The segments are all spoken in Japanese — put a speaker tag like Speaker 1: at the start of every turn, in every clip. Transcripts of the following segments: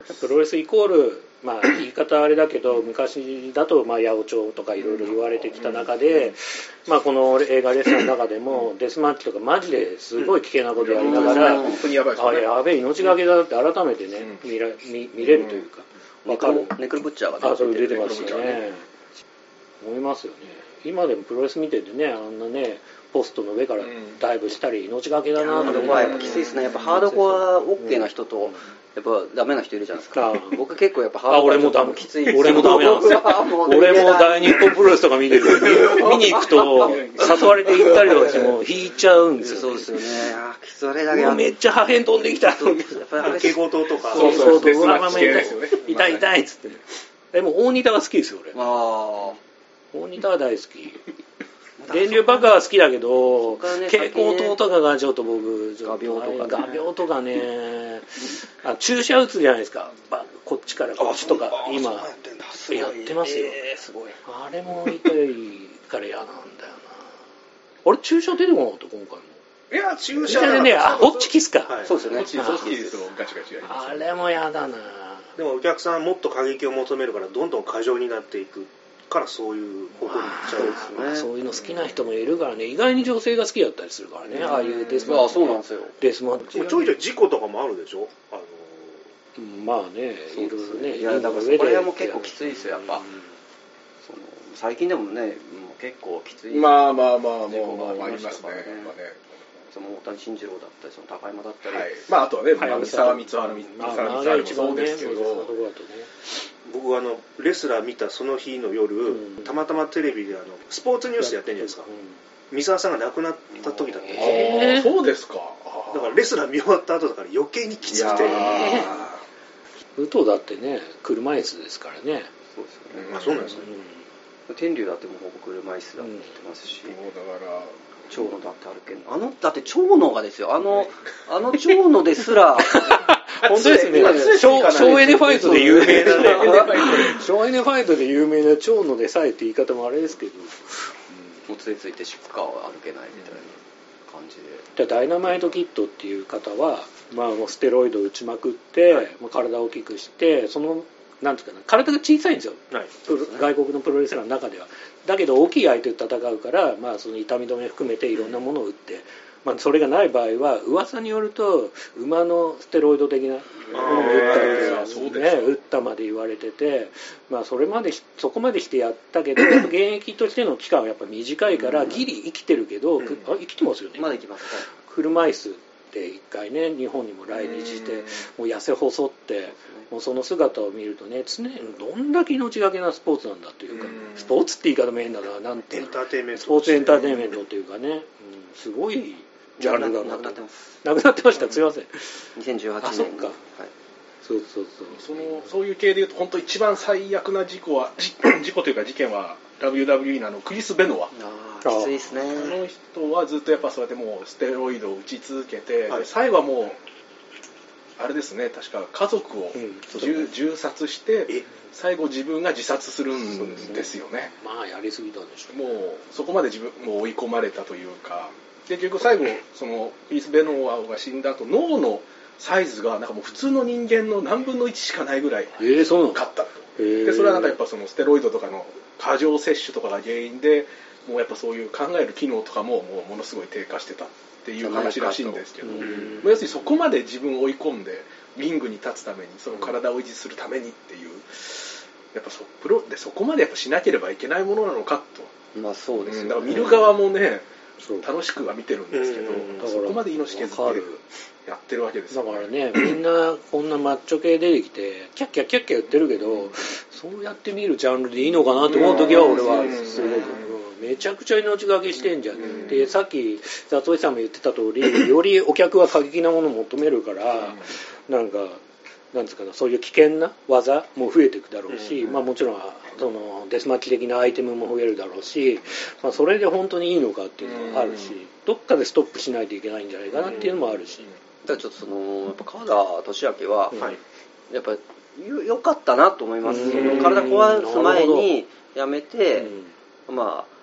Speaker 1: やっぱプロレスイコール、まあ、言い方あれだけど昔だとまあ八百長とかいろいろ言われてきた中で、まあ、この映画レッスンの中でもデスマッチとかマジですごい危険なことやりながら、
Speaker 2: うん本当にやばいで
Speaker 1: あ
Speaker 2: すよね
Speaker 1: れやべえ命がけだって改めてね、見ら見見れるというか、わかる
Speaker 3: ネクルブッチャーが
Speaker 1: あそれ出てます
Speaker 2: ネクロ
Speaker 1: よ
Speaker 2: ブ
Speaker 1: ね
Speaker 2: チャーね
Speaker 1: 思いますよね今でもプロレス見ててねあんなねポストの上からダイブしたり命がけだなとか
Speaker 3: あれはやっぱきついですねやっぱハードコア OK な人とやっぱダメな人いるじゃないですか
Speaker 1: ああ
Speaker 3: 僕結構やっぱハー
Speaker 1: あ
Speaker 3: ドコア
Speaker 1: 俺もダメ
Speaker 3: きついです
Speaker 1: 俺もダメなん ですよ
Speaker 3: 僕はう
Speaker 1: 俺も大日本プロレスとか見てる見 に行くと誘われて行ったりとか しても引いちゃうんです
Speaker 3: そ
Speaker 1: よ
Speaker 3: う
Speaker 1: ね
Speaker 3: ですよねああそれだけ
Speaker 1: うわめっちゃ破片飛んできた
Speaker 3: そうやっぱりあれ
Speaker 4: 蛍光灯とか
Speaker 1: そう
Speaker 2: う
Speaker 1: そう
Speaker 2: そう
Speaker 1: そう
Speaker 2: デスマッチ系ですよね
Speaker 1: 痛い痛い痛いっつってでも大仁田が好きですよ俺
Speaker 3: まあ
Speaker 1: 大仁田は大好き電流爆破は好きだけど、
Speaker 3: そっからね
Speaker 1: 蛍光灯とかがちょっと僕ちょっ
Speaker 3: 画鋲とかね
Speaker 1: 画鋲とかねあ注射打つじゃないですかばこっちからこっちとか今
Speaker 3: あそうやってんだすごい
Speaker 1: やってますよ
Speaker 3: ええすごい
Speaker 1: あれも痛いから嫌なんだよなあれ注射出てこなかった今回も
Speaker 2: いや
Speaker 1: 注
Speaker 2: 注射
Speaker 1: 射でねあホッチキ
Speaker 2: ス
Speaker 1: スか、
Speaker 4: はい
Speaker 3: そうですよね
Speaker 2: ホッチキスホッチキスをガチガチやります
Speaker 1: あれも嫌だな
Speaker 4: でもお客さんもっと過激を求めるからどんどん過剰になっていくからそういう方向に行っちゃうんですよ
Speaker 1: まあそういうの好きな人もいるからね意外に女性が好きだったりするからねああいうデスマ
Speaker 3: あ
Speaker 1: ッ
Speaker 3: あ
Speaker 1: チ
Speaker 3: そうなんですよ
Speaker 1: デスマッチ
Speaker 4: もうちょいちょい事故とかもあるでしょあの
Speaker 1: まあねいろいろね
Speaker 3: いやだからそこら辺も結構きついですよやっぱその最近でもねもう結構きつい
Speaker 2: まあまあまあまあ
Speaker 3: 事故が
Speaker 2: まあまあ
Speaker 3: あ
Speaker 2: あ
Speaker 3: り
Speaker 2: り
Speaker 3: ま
Speaker 2: ま
Speaker 3: し
Speaker 2: す
Speaker 3: た
Speaker 2: ね
Speaker 3: からね
Speaker 2: まあね
Speaker 3: その大谷慎次郎だったりその高山だったり、
Speaker 2: はいまああとはね
Speaker 1: はい
Speaker 2: 三沢光晴三
Speaker 1: まあ
Speaker 2: 沢
Speaker 1: 長い
Speaker 2: 光
Speaker 1: 一
Speaker 2: 晴もそ
Speaker 1: 番
Speaker 2: う
Speaker 1: ね
Speaker 2: ですけ
Speaker 1: そういうと
Speaker 2: ど
Speaker 1: こだとね
Speaker 4: 僕はあのレスラー見たその日の夜、
Speaker 1: うん
Speaker 4: たまたまテレビであのスポーツニュースやってるじゃないですか三沢さんが亡くなった時だったんです
Speaker 2: あ
Speaker 4: よ
Speaker 1: えー
Speaker 2: ーそうですか
Speaker 4: だからレスラー見終わった後だから余計にき
Speaker 2: い
Speaker 4: つ
Speaker 2: や
Speaker 4: くて
Speaker 2: ー
Speaker 1: うん、武藤だってね車椅子ですからね、
Speaker 3: そうですよね、
Speaker 4: あそうなんですね
Speaker 1: う
Speaker 3: 天竜だってもう僕車椅子だって言ってますし、
Speaker 2: もうだから
Speaker 3: 長野だって歩けんあのだって長野がですよあの あの長野ですら
Speaker 1: ん、本当ですね
Speaker 3: いや
Speaker 1: 省省エネファイトで有名 な
Speaker 3: そう
Speaker 1: ね 省エネファイトで有名な蝶野でさえって言い方もあれですけど
Speaker 3: もう杖ついてシッカーは歩けないみたいな感じで、
Speaker 1: じゃあダイナマイトキットっていう方は、まあ、もうステロイドを打ちまくって、もう体を大きくしてそのなんていうかな体が小さいんですよ
Speaker 4: はい
Speaker 1: プロ外国のプロレスラーの中ではだけど大きい相手と戦うから、まあ、その痛み止め含めていろんなものを打って、まあ、それがない場合は噂によると馬のステロイド的なものを打った
Speaker 2: そう
Speaker 1: り
Speaker 2: で
Speaker 1: とか、
Speaker 2: すか
Speaker 1: ね、打ったまで言われてて、まあ、それまでしそこまでしてやったけどやっぱ現役としての期間はやっぱ短いからギリ生きてるけど、
Speaker 4: ん
Speaker 1: くあ生きてますよね。
Speaker 3: まだ行きますか
Speaker 1: 車椅子で一回ね日本にも来日して
Speaker 2: うん
Speaker 1: もう痩せ細ってもうその姿を見るとね常にどんだけ命がけなスポーツなんだというか
Speaker 2: うん
Speaker 1: スポーツって言い方も変だななんて
Speaker 4: エンターテインメント
Speaker 1: スポーツエンターテインメントというかね、うん、すごいジャンルだな
Speaker 3: なく
Speaker 1: と
Speaker 3: なってます
Speaker 1: なくなってましたすいません
Speaker 3: 2018年
Speaker 1: あそっか
Speaker 3: はい、
Speaker 1: そうそうそう
Speaker 2: そのそういう系でいうと本当一番最悪な事故はじ事 故というか事件は WWE のあのクリス・ベノア
Speaker 3: ああきついですね
Speaker 2: あの人はずっとやっぱそうやってもうステロイドを打ち続けて、
Speaker 4: はい
Speaker 2: で最後はもうあれですね確か家族を
Speaker 1: うん
Speaker 2: 銃,、銃殺して
Speaker 4: え
Speaker 2: 最後自分が自殺するんですよね
Speaker 1: まあやりすぎたんでしょう
Speaker 2: もうそこまで自分もう追い込まれたというかで結局最後そのクリス・ベノアが死んだ後脳のサイズがなんかもう普通の人間の何分の1しかないぐらい
Speaker 1: えー、そうなの
Speaker 2: 勝ったと
Speaker 1: へ
Speaker 2: で
Speaker 1: ー
Speaker 2: それはなんかやっぱそのステロイドとかの過剰摂取とかが原因でもうやっぱそういう考える機能とかももうものすごい低下してたっていう話らしいんですけど
Speaker 1: う
Speaker 2: ま
Speaker 1: ん
Speaker 2: あ要するにそこまで自分を追い込んでリングに立つためにその体を維持するためにっていうやっぱそプロでそこまでやっぱしなければいけないものなのか
Speaker 3: まあそう
Speaker 2: と、
Speaker 3: ですよ、
Speaker 2: うん
Speaker 3: ね
Speaker 2: だから見る側もね
Speaker 1: そう
Speaker 2: 楽しくは見てるんですけど、
Speaker 4: うん
Speaker 1: だから
Speaker 2: そこまで命削
Speaker 1: わか
Speaker 2: って
Speaker 1: る
Speaker 2: やってるわけです
Speaker 1: だ
Speaker 2: よ
Speaker 1: からねみんなこんなマッチョ系出てきてキャッキャッキャッキャ言ってるけどそうやって見るジャンルでいいのかなと思う時は俺はすごくうんめちゃくちゃ命がけしてんじゃんでさっき雑井さんも言ってた通りよりお客は過激なものを求めるからなんか。なんつうかなそういう危険な技も増えていくだろうし、まあ、もちろんそのデスマッチ的なアイテムも増えるだろうし、まあ、それで本当にいいのかっていうのはあるし、どっかでストップしないといけないんじゃないかなっていうのもあるし、
Speaker 3: だからちょっとそのやっぱ川田俊明は、
Speaker 1: うん
Speaker 4: はい
Speaker 3: やっぱよ良かったなと思いますそ
Speaker 1: うん
Speaker 3: の体壊す前にやめ
Speaker 1: う
Speaker 3: て、
Speaker 1: ん
Speaker 3: まあ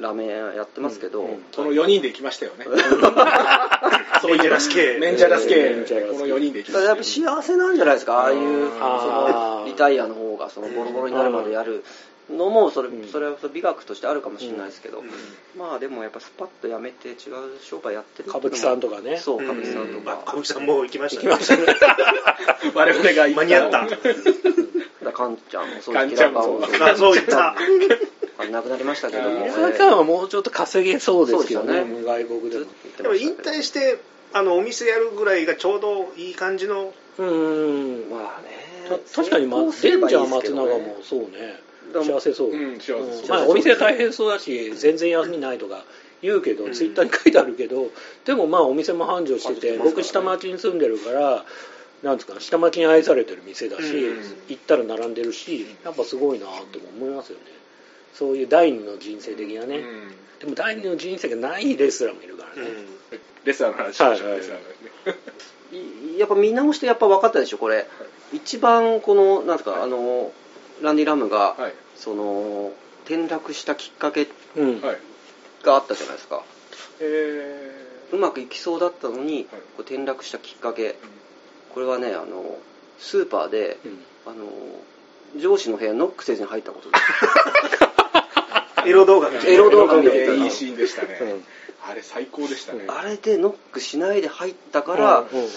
Speaker 3: ラーメン屋やってますけど、
Speaker 1: うん
Speaker 2: この4人で行きましたよねそういう
Speaker 4: メンジャラス系
Speaker 2: メンジャラス系
Speaker 1: メンジャラス系
Speaker 2: この4人で行き
Speaker 3: だからやっぱ幸せなんじゃないですかああいうそ
Speaker 1: あー
Speaker 3: のリタイアの方がそのボロボロになるまでやるのもそれ
Speaker 1: うん
Speaker 3: それは美学としてあるかもしれないですけど、
Speaker 4: うん
Speaker 3: まあでもやっぱスパッとやめて違う商売やってる
Speaker 1: 歌舞伎さんとかね
Speaker 3: そう歌
Speaker 4: 歌
Speaker 3: 舞伎さんとか,、
Speaker 4: 歌舞伎さんも行きましたね。
Speaker 2: 我々が 行
Speaker 4: 間に合った。
Speaker 3: だからカンちゃんもそう
Speaker 2: カンちゃんもそう
Speaker 3: 平川
Speaker 4: あそういった。
Speaker 3: あ亡くなりましたけども
Speaker 2: あー
Speaker 1: 宮崎さんはもうちょっと稼げそうですけどね
Speaker 3: そうです
Speaker 1: 外国でも
Speaker 3: ずっと
Speaker 4: でも
Speaker 3: 言
Speaker 4: 引
Speaker 3: ってましたけど
Speaker 4: 退して、あの、お店やるぐらいがちょうどいい感じの、
Speaker 1: うん
Speaker 3: まあね
Speaker 1: た確かに、まあ、デンジャー松永もそうね
Speaker 3: でも
Speaker 1: 幸せそう、
Speaker 2: うん幸せそう
Speaker 1: まあ、お店大変そうだし全然休みないとか言うけど、ツイッターに書いてあるけどでもまあお店も繁盛してて、僕下町に住んでるからなんですか下町に愛されてる店だし、
Speaker 4: うん
Speaker 1: 行ったら並んでるしやっぱすごいなって思いますよねそういう第二の人生的なね、
Speaker 2: うん
Speaker 1: でも第二の人生がないレスラーもいるからね、
Speaker 2: レスラーの話しましょう、
Speaker 1: はいはいはい
Speaker 2: レスラーの話ね
Speaker 3: いやっぱ見直してやっぱ分かったでしょこれ一番このなんですかあのランディ・ラムが、
Speaker 2: はい
Speaker 3: その転落したきっかけ
Speaker 1: うん
Speaker 2: はい
Speaker 3: があったじゃないですか
Speaker 2: え
Speaker 3: うまくいきそうだったのに、こう転落したきっかけこれはねあのスーパーで、あの上司の部屋ノックせずに入ったことで
Speaker 4: エロ動画みたい
Speaker 2: ー
Speaker 4: な
Speaker 3: エロ動画みたいな
Speaker 2: でいいシーンでしたね、
Speaker 1: うん
Speaker 2: あれ最高でしたね、
Speaker 1: う
Speaker 2: うんん
Speaker 3: すあれでノックしないで入ったから、
Speaker 1: うんうん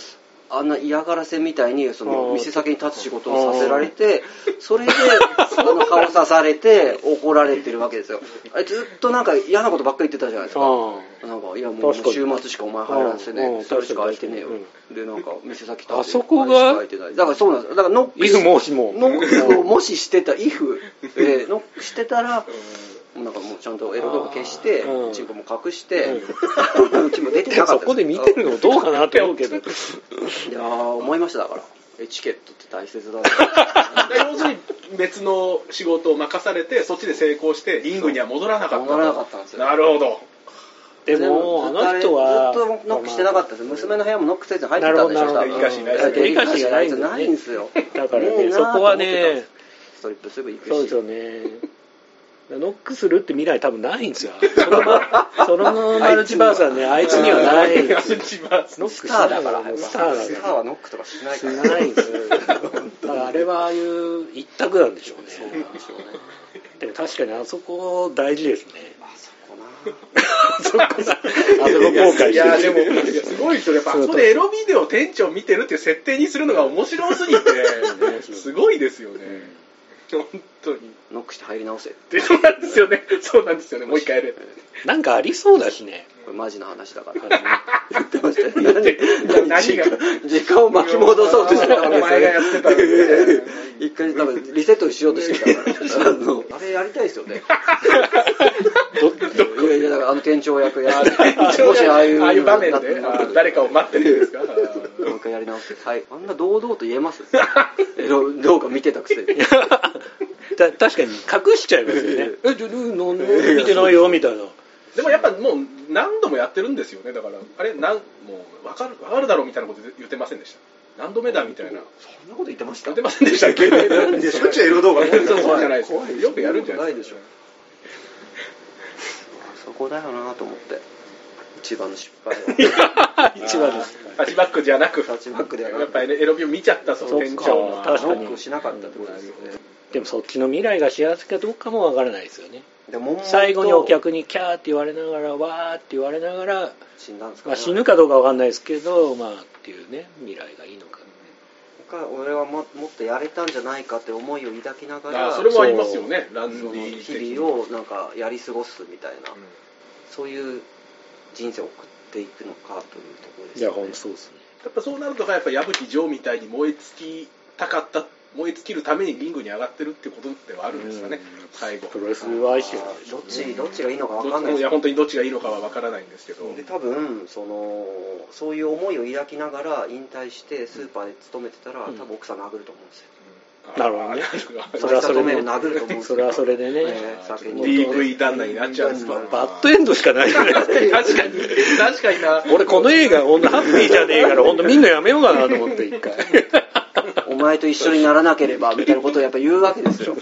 Speaker 3: あんな嫌がらせみたいにその
Speaker 1: あー
Speaker 3: 店先に立つ仕事をさせられてそれであの顔さされて怒られてるわけですよあれずっとなんか嫌なことばっかり言ってたじゃないですか
Speaker 1: あ
Speaker 3: なんかいやもう
Speaker 1: 確かに
Speaker 3: 週末しかお前入らんせ
Speaker 1: うんう
Speaker 3: ね
Speaker 1: ん
Speaker 3: それしか空いてねえよ
Speaker 1: 確かに
Speaker 3: でなんか店先立
Speaker 1: あそこが
Speaker 3: あれしか空いてないだからそうなんですよだからノッ
Speaker 1: あ
Speaker 3: ク
Speaker 1: い
Speaker 3: し
Speaker 1: つもしも
Speaker 3: ノックをもししてた if でノックしてたらなんかもうちゃんとエロ動画消して
Speaker 1: うん
Speaker 3: チンポも隠して チンポ出てなか
Speaker 1: そ
Speaker 3: った
Speaker 1: こで見てるのどうかなって思う けど
Speaker 3: いやー思いましただからエチケットって大切だな
Speaker 2: だから要するに別の仕事を任されてそっちで成功してリングには戻らなかったと
Speaker 3: 戻らなかったんですよ
Speaker 2: なるほど
Speaker 1: でもあの人は
Speaker 3: ずっとノックしてなかったです娘の部屋もノックせずに入ってたんでし
Speaker 1: なる
Speaker 3: ょ
Speaker 1: ほどな
Speaker 3: 多
Speaker 1: る
Speaker 2: ほ
Speaker 3: 分
Speaker 2: どデリカシーないで
Speaker 3: デ
Speaker 2: すね
Speaker 3: リカシーがないんですよ
Speaker 1: デリカシーがないんですよだからね
Speaker 3: ないんですよいいなー
Speaker 1: そこはね
Speaker 3: と思ってたんですストリップすぐ行くし
Speaker 1: そうですよねノックするって未来多分ないん ですよそのまそのマルチバースはねあいつにはないんですよ
Speaker 2: 一番
Speaker 1: ノック
Speaker 3: ス
Speaker 1: しな
Speaker 3: ターだ
Speaker 1: いか
Speaker 3: から
Speaker 1: らスターだ
Speaker 3: スタ
Speaker 1: か
Speaker 3: ー
Speaker 1: ら
Speaker 3: はノックとかしない
Speaker 1: し
Speaker 3: から
Speaker 1: ないん ですよだからあれはああいう一択なんでしょうね
Speaker 3: そうなんでしょうね
Speaker 1: でも確かにあそこ大事ですね
Speaker 3: あそこな
Speaker 1: あそこ後の後悔し
Speaker 2: い
Speaker 1: て
Speaker 2: や
Speaker 1: る
Speaker 2: でもいやすごいですよやっぱ
Speaker 1: そう
Speaker 2: そこでエロビデオ店長見てるっていう設定にするのが面白すぎてすごいですよね、本当に
Speaker 3: ノックして入り直せこ
Speaker 2: でそうなんですよねそうなんですよねもう一回やれ
Speaker 1: なんかありそうだしね
Speaker 3: れマジな話だから言ってましたよ何
Speaker 2: 何が
Speaker 3: 時間を巻き戻そうとしてたわけですよね
Speaker 2: お前がやってたのにね
Speaker 3: 一回多分リセットしようとしてたからあのあれやりたいですよねいやいやだからあの店長役やってもしああいう
Speaker 2: ああいう場面
Speaker 3: な
Speaker 2: で
Speaker 3: な
Speaker 2: あ誰かを待ってるんですか
Speaker 3: もう一回やり直してはいあんな堂々と言えますえどうどうか見てたくせに
Speaker 1: た確かに隠しちゃいますよねえじゃあなんで見てないよみたい な
Speaker 2: でもやっぱもう何度もやってるんですよねだからあれなんもう分かる分かるだろうみたいなこと言ってませんでした何度目だみたいな
Speaker 3: そんなこと言ってまし
Speaker 2: 言ってませんでしたっけ
Speaker 4: なんでしょっちゅうエロ動画見てた
Speaker 2: そう
Speaker 4: の
Speaker 2: じゃないですよよくやるんじゃないですか
Speaker 3: そこだよなと思って一番の失敗
Speaker 1: 一番です
Speaker 2: タッチバックじゃなく
Speaker 3: タッチバックではなく
Speaker 2: やっぱりねエロビを見ちゃったそ
Speaker 1: そっ
Speaker 2: の
Speaker 1: か
Speaker 2: 店長の
Speaker 1: 確か
Speaker 3: は
Speaker 1: に
Speaker 3: ノックをしなかったってことですよね
Speaker 1: でもそっちの未来が幸せかどうかもわからないですよね
Speaker 3: で悶々と
Speaker 1: 最後にお客にキャーって言われながらわーって言われながら、
Speaker 3: 死んだんですか、
Speaker 1: まあ、
Speaker 3: ね、
Speaker 1: 死ぬかどうかわかんないですけどまあっていうね未来がいいのか
Speaker 3: か俺はももっとやれたんじゃないかって思いを抱きながら
Speaker 2: あそれもありますよねランデ
Speaker 3: その
Speaker 2: ィ
Speaker 3: 日々をなんかやり過ごすみたいな、そういう人生を送っていくのかというところです
Speaker 1: いや
Speaker 3: よ
Speaker 1: ほ
Speaker 3: ね
Speaker 1: んとそうですね
Speaker 2: やっぱそうなるとやっぱ矢吹城みたいに燃え尽きたかった燃え尽きるためにリングに上がってるってことではあるんですかね
Speaker 1: うん
Speaker 2: 最後
Speaker 1: プロレスは愛してるんでしょ
Speaker 3: ど
Speaker 1: う
Speaker 3: っ
Speaker 1: ね
Speaker 3: ちどっちがいいのか
Speaker 2: ど
Speaker 3: 分
Speaker 2: っ
Speaker 3: か
Speaker 2: ち
Speaker 3: んない
Speaker 2: もい
Speaker 3: で
Speaker 2: や
Speaker 3: す
Speaker 2: 本当にどっちがいいのかは分からないんですけど
Speaker 3: で多分そのそういう思いを抱きながら引退してスーパーで勤めてたら、
Speaker 1: うん
Speaker 3: 多分奥さん殴ると思うんですよ
Speaker 1: なるほどね
Speaker 2: あ
Speaker 1: それはそれで
Speaker 3: 明日止めを殴ると思うんです
Speaker 1: そ
Speaker 3: よ
Speaker 1: れはそれでね
Speaker 3: ね酒に
Speaker 2: DV 旦那になっちゃうんですか
Speaker 3: うん
Speaker 1: バッドエンドしかないよね
Speaker 2: 確かに確かにな
Speaker 1: 俺この映画ほんとハッピーじゃねえからほんとみんなやめようかなと 思って一回
Speaker 3: お前と一緒にならなければみたいなことをやっぱ言うわけですよ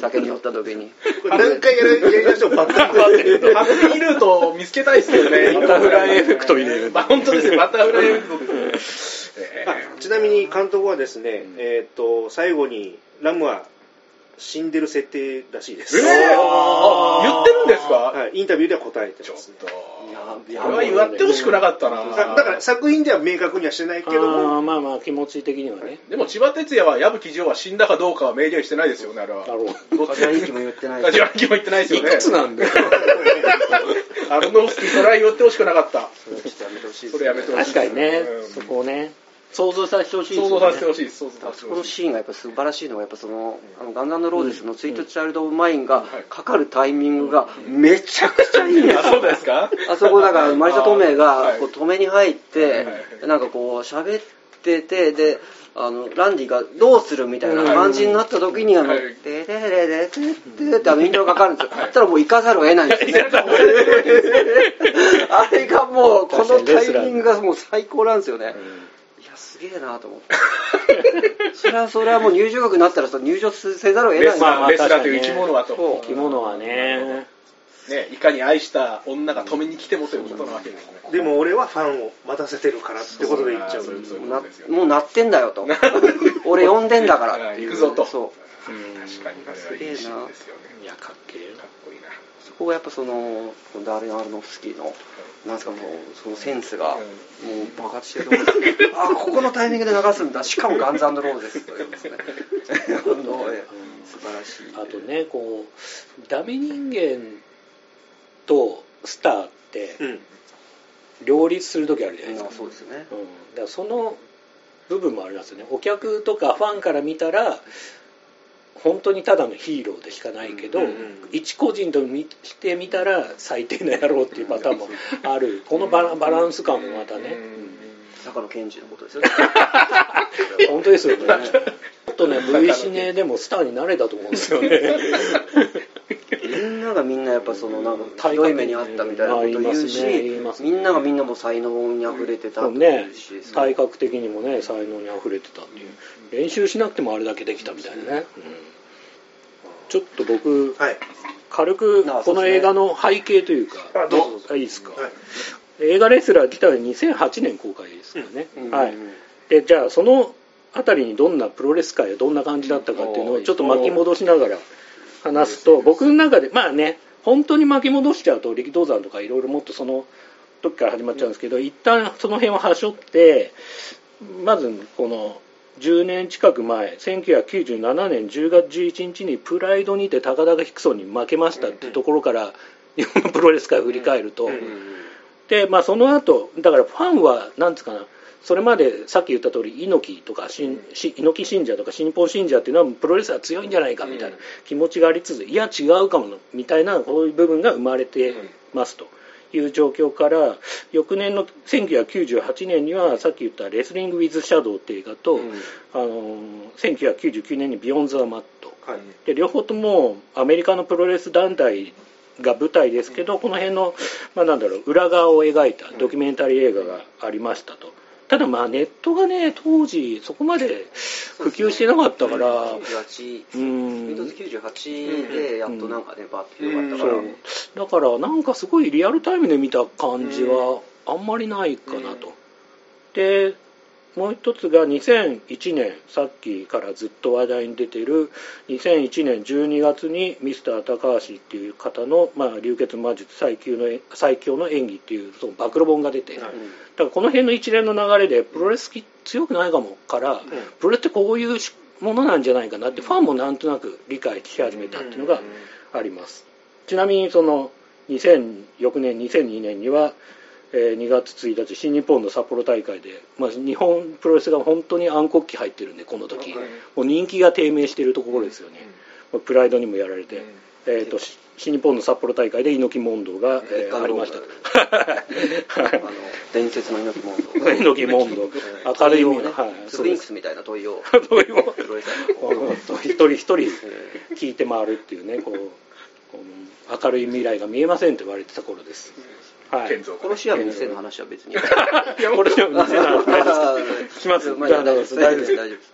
Speaker 3: 酒に酔った時に
Speaker 4: これ何回やりやりましょうバッタフライ
Speaker 2: ハッピールートを見つけたいですよね。
Speaker 1: バタフライエフェクト入れる
Speaker 2: まあ本当ですね、バタフライエフェクトですね。えー
Speaker 4: ちなみに監督はですね、えーっと最後にラムは死んでる設定らしいです、
Speaker 2: えーあ言ってるんですか、
Speaker 4: はい、インタビューでは答えて
Speaker 2: ちょ
Speaker 4: ま
Speaker 2: っ
Speaker 4: すね
Speaker 2: と。
Speaker 1: いや
Speaker 2: これはやってほしくなかったな。
Speaker 4: さだから作品では明確にはしてないけど
Speaker 1: あー
Speaker 4: も
Speaker 1: まあまあ気持ち的にはね、
Speaker 2: でも千葉哲也は矢吹城は死んだかどうかは明言してないですよね、あれは。
Speaker 1: だろう
Speaker 3: 梶原一も言ってない
Speaker 2: 梶原家も言ってないです
Speaker 1: い
Speaker 2: よね。
Speaker 1: くつなんだよ
Speaker 2: アルノフスキー、それは言ってほしくなかった。
Speaker 3: それちょっとやめてほしいです
Speaker 2: それやめてほし
Speaker 1: 確
Speaker 2: い。
Speaker 1: かにね
Speaker 2: うん
Speaker 1: そこをね想像させてほしいで
Speaker 2: 想
Speaker 1: す
Speaker 2: 像
Speaker 1: よね
Speaker 2: させてほしいです。想像さ
Speaker 3: あ
Speaker 2: せ
Speaker 3: そ
Speaker 2: て
Speaker 3: こ
Speaker 2: ほ
Speaker 3: の
Speaker 2: しい。
Speaker 3: シーンがやっぱ素晴らしいのがやっぱそのあのガンダムローゼスのツイートチャイルド・オブ・マインがかかるタイミングがめちゃくちゃいいんです
Speaker 2: あ、そうですか
Speaker 3: あそこだからマリサ・トメ
Speaker 2: は
Speaker 3: が
Speaker 2: い
Speaker 3: こう止めに入って
Speaker 2: はい
Speaker 3: なんかこう喋っててであのランディがどうするみたいな感じになった時にあの
Speaker 2: はい
Speaker 3: 「でででででで」ってあのイントロがかかるんですよそしたらもう行かざるを得ないんですよねあれがもうこのタイミングがもう最高なんですよねいやすげえなと思ってそれはそれはもう入場額になったらさ入場せざるを得
Speaker 2: レ
Speaker 3: ない
Speaker 2: ス
Speaker 3: んだ
Speaker 2: ラ
Speaker 1: ま
Speaker 2: ー
Speaker 1: あ
Speaker 2: レスラーという生き物は
Speaker 3: そ
Speaker 2: と
Speaker 3: う。
Speaker 1: 生き物はね
Speaker 2: ね、いかに愛した女が止めに来てもということなわけですね。
Speaker 4: でも俺はファンを待たせてるからってことで言っちゃう
Speaker 2: そうそうそう
Speaker 3: なもうなってんだよと俺呼んでんだからっていう
Speaker 2: 行くぞと。
Speaker 3: そう
Speaker 1: うん
Speaker 2: 確かに、あれはいいシーンですよね。
Speaker 1: いやかっけえよ
Speaker 2: かっこいいな。
Speaker 3: そこがやっぱそのダーレン・アルノフスキーのなんすかもうそのセンスがもう爆発してると思うんですけどあここのタイミングで流すんだしかもガンズローゼスというですねあのえ素晴らしい
Speaker 1: あとねこうダメ人間とスターって
Speaker 4: うん
Speaker 1: 両立する時あるじゃないです
Speaker 3: あ
Speaker 1: か,、
Speaker 3: そうですね
Speaker 1: うん、だからその部分もありますよねお客とかファンから見たら本当にただのヒーローでしかないけど、
Speaker 4: うんうんうん
Speaker 1: 一個人と見してみたら最低な野郎っていうパターンもあるこのバラバランス感もまたね、
Speaker 3: 坂野賢治のことですよね
Speaker 1: 本当ですよね。ちょっとね、V シネでもスターになれたと思うんですよね。
Speaker 3: みんながみんなやっぱそのなんかひどい目にあったみたいなこと言うし、
Speaker 1: あ言いますね言いますね
Speaker 3: みんながみんなもう才能にあふれてた
Speaker 1: も
Speaker 3: っ
Speaker 1: う
Speaker 3: て
Speaker 1: ね
Speaker 3: いうし、、
Speaker 1: 体格的にもね、才能に溢れてたっていう。練習しなくてもあれだけできたみたいなね。うんちょっと僕、
Speaker 4: はい
Speaker 1: 軽く
Speaker 3: あそ
Speaker 1: この
Speaker 3: うですね
Speaker 1: 映画の背景というか、
Speaker 4: あどうぞどうぞ
Speaker 1: あいいですか。
Speaker 4: はい
Speaker 1: 映画レスラー自体は2008年公開ですからね。
Speaker 3: うん
Speaker 1: はい
Speaker 3: うん。
Speaker 1: で、じゃあそのあたりにどんなプロレス界がどんな感じだったかっていうの
Speaker 3: う
Speaker 1: を
Speaker 3: ん
Speaker 1: ちょっと巻き戻しながら話すと、僕の中で、まあね、本当に巻き戻しちゃうと力道山とかいろいろもっとその時から始まっちゃうんですけど、一旦その辺をはしょって、まずこの10年近く前1997年10月11日にプライドにて高田がヒクソンに負けましたっていうところから日本のプロレス界を振り返ると、でまあその後だからファンはなんつうかなそれまでさっき言った通り猪木とか新し猪木信者とか新本信者っていうのはプロレスラー強いんじゃないかみたいな気持ちがありつついや違うかもみたいなこういう部分が生まれてますと。いう状況から翌年の1998年にはさっき言った「レスリング・ウィズ・シャドウ」って映画と、あの1999年に「ビヨンズ・ア・マット」
Speaker 4: はい
Speaker 1: で両方ともアメリカのプロレス団体が舞台ですけど、この辺の、まあ、なんだろう裏側を描いたドキュメンタリー映画がありましたと。ただまあネットがね当時そこまで普及してなかったから、
Speaker 3: 98
Speaker 1: う
Speaker 3: ウィンドウズ
Speaker 1: ん
Speaker 3: 98でやっとなんかね、バッと広がった
Speaker 1: そ
Speaker 3: か
Speaker 1: う
Speaker 3: ら、
Speaker 1: だからなんかすごいリアルタイムで見た感じはあんまりないかなと、でもう一つが2001年さっきからずっと話題に出てる2001年12月にミスター高橋っていう方の、まあ、流血魔術最強の最強の演技っていうその暴露本が出て、
Speaker 4: はい
Speaker 3: うん
Speaker 1: だからこの辺の一連の流れでプロレスき強くないかもから、プロレスってこういうしものなんじゃないかなってファンもなんとなく理解し始めたっていうのがありますちなみにその2000翌年2002年には、えー2月1日新日本の札幌大会で、まあ、日本プロレスが本当に暗黒期入ってるんでこの時もう人気が低迷してるところですよね、まあプライドにもやられて、えー、とし新日本の札幌大会で猪木問答が、えー
Speaker 3: 月刊
Speaker 1: あり
Speaker 3: ロー
Speaker 1: ま
Speaker 3: マ
Speaker 1: したと
Speaker 3: あの伝説の猪木モンド
Speaker 1: 猪木モンド明るい意味の、はい、
Speaker 3: スフィンクスみたいな問いを
Speaker 1: そうです問いを
Speaker 3: プロレスラーがこう
Speaker 1: こう一人一人聞いて回るっていうねこうこう明るい未来が見えませんって言われてた頃です、はい、
Speaker 2: 建造
Speaker 3: 殺し屋の店の話は別に
Speaker 1: いや俺でも見せない
Speaker 3: 聞
Speaker 1: きます
Speaker 3: 大丈夫です大丈夫です大丈夫です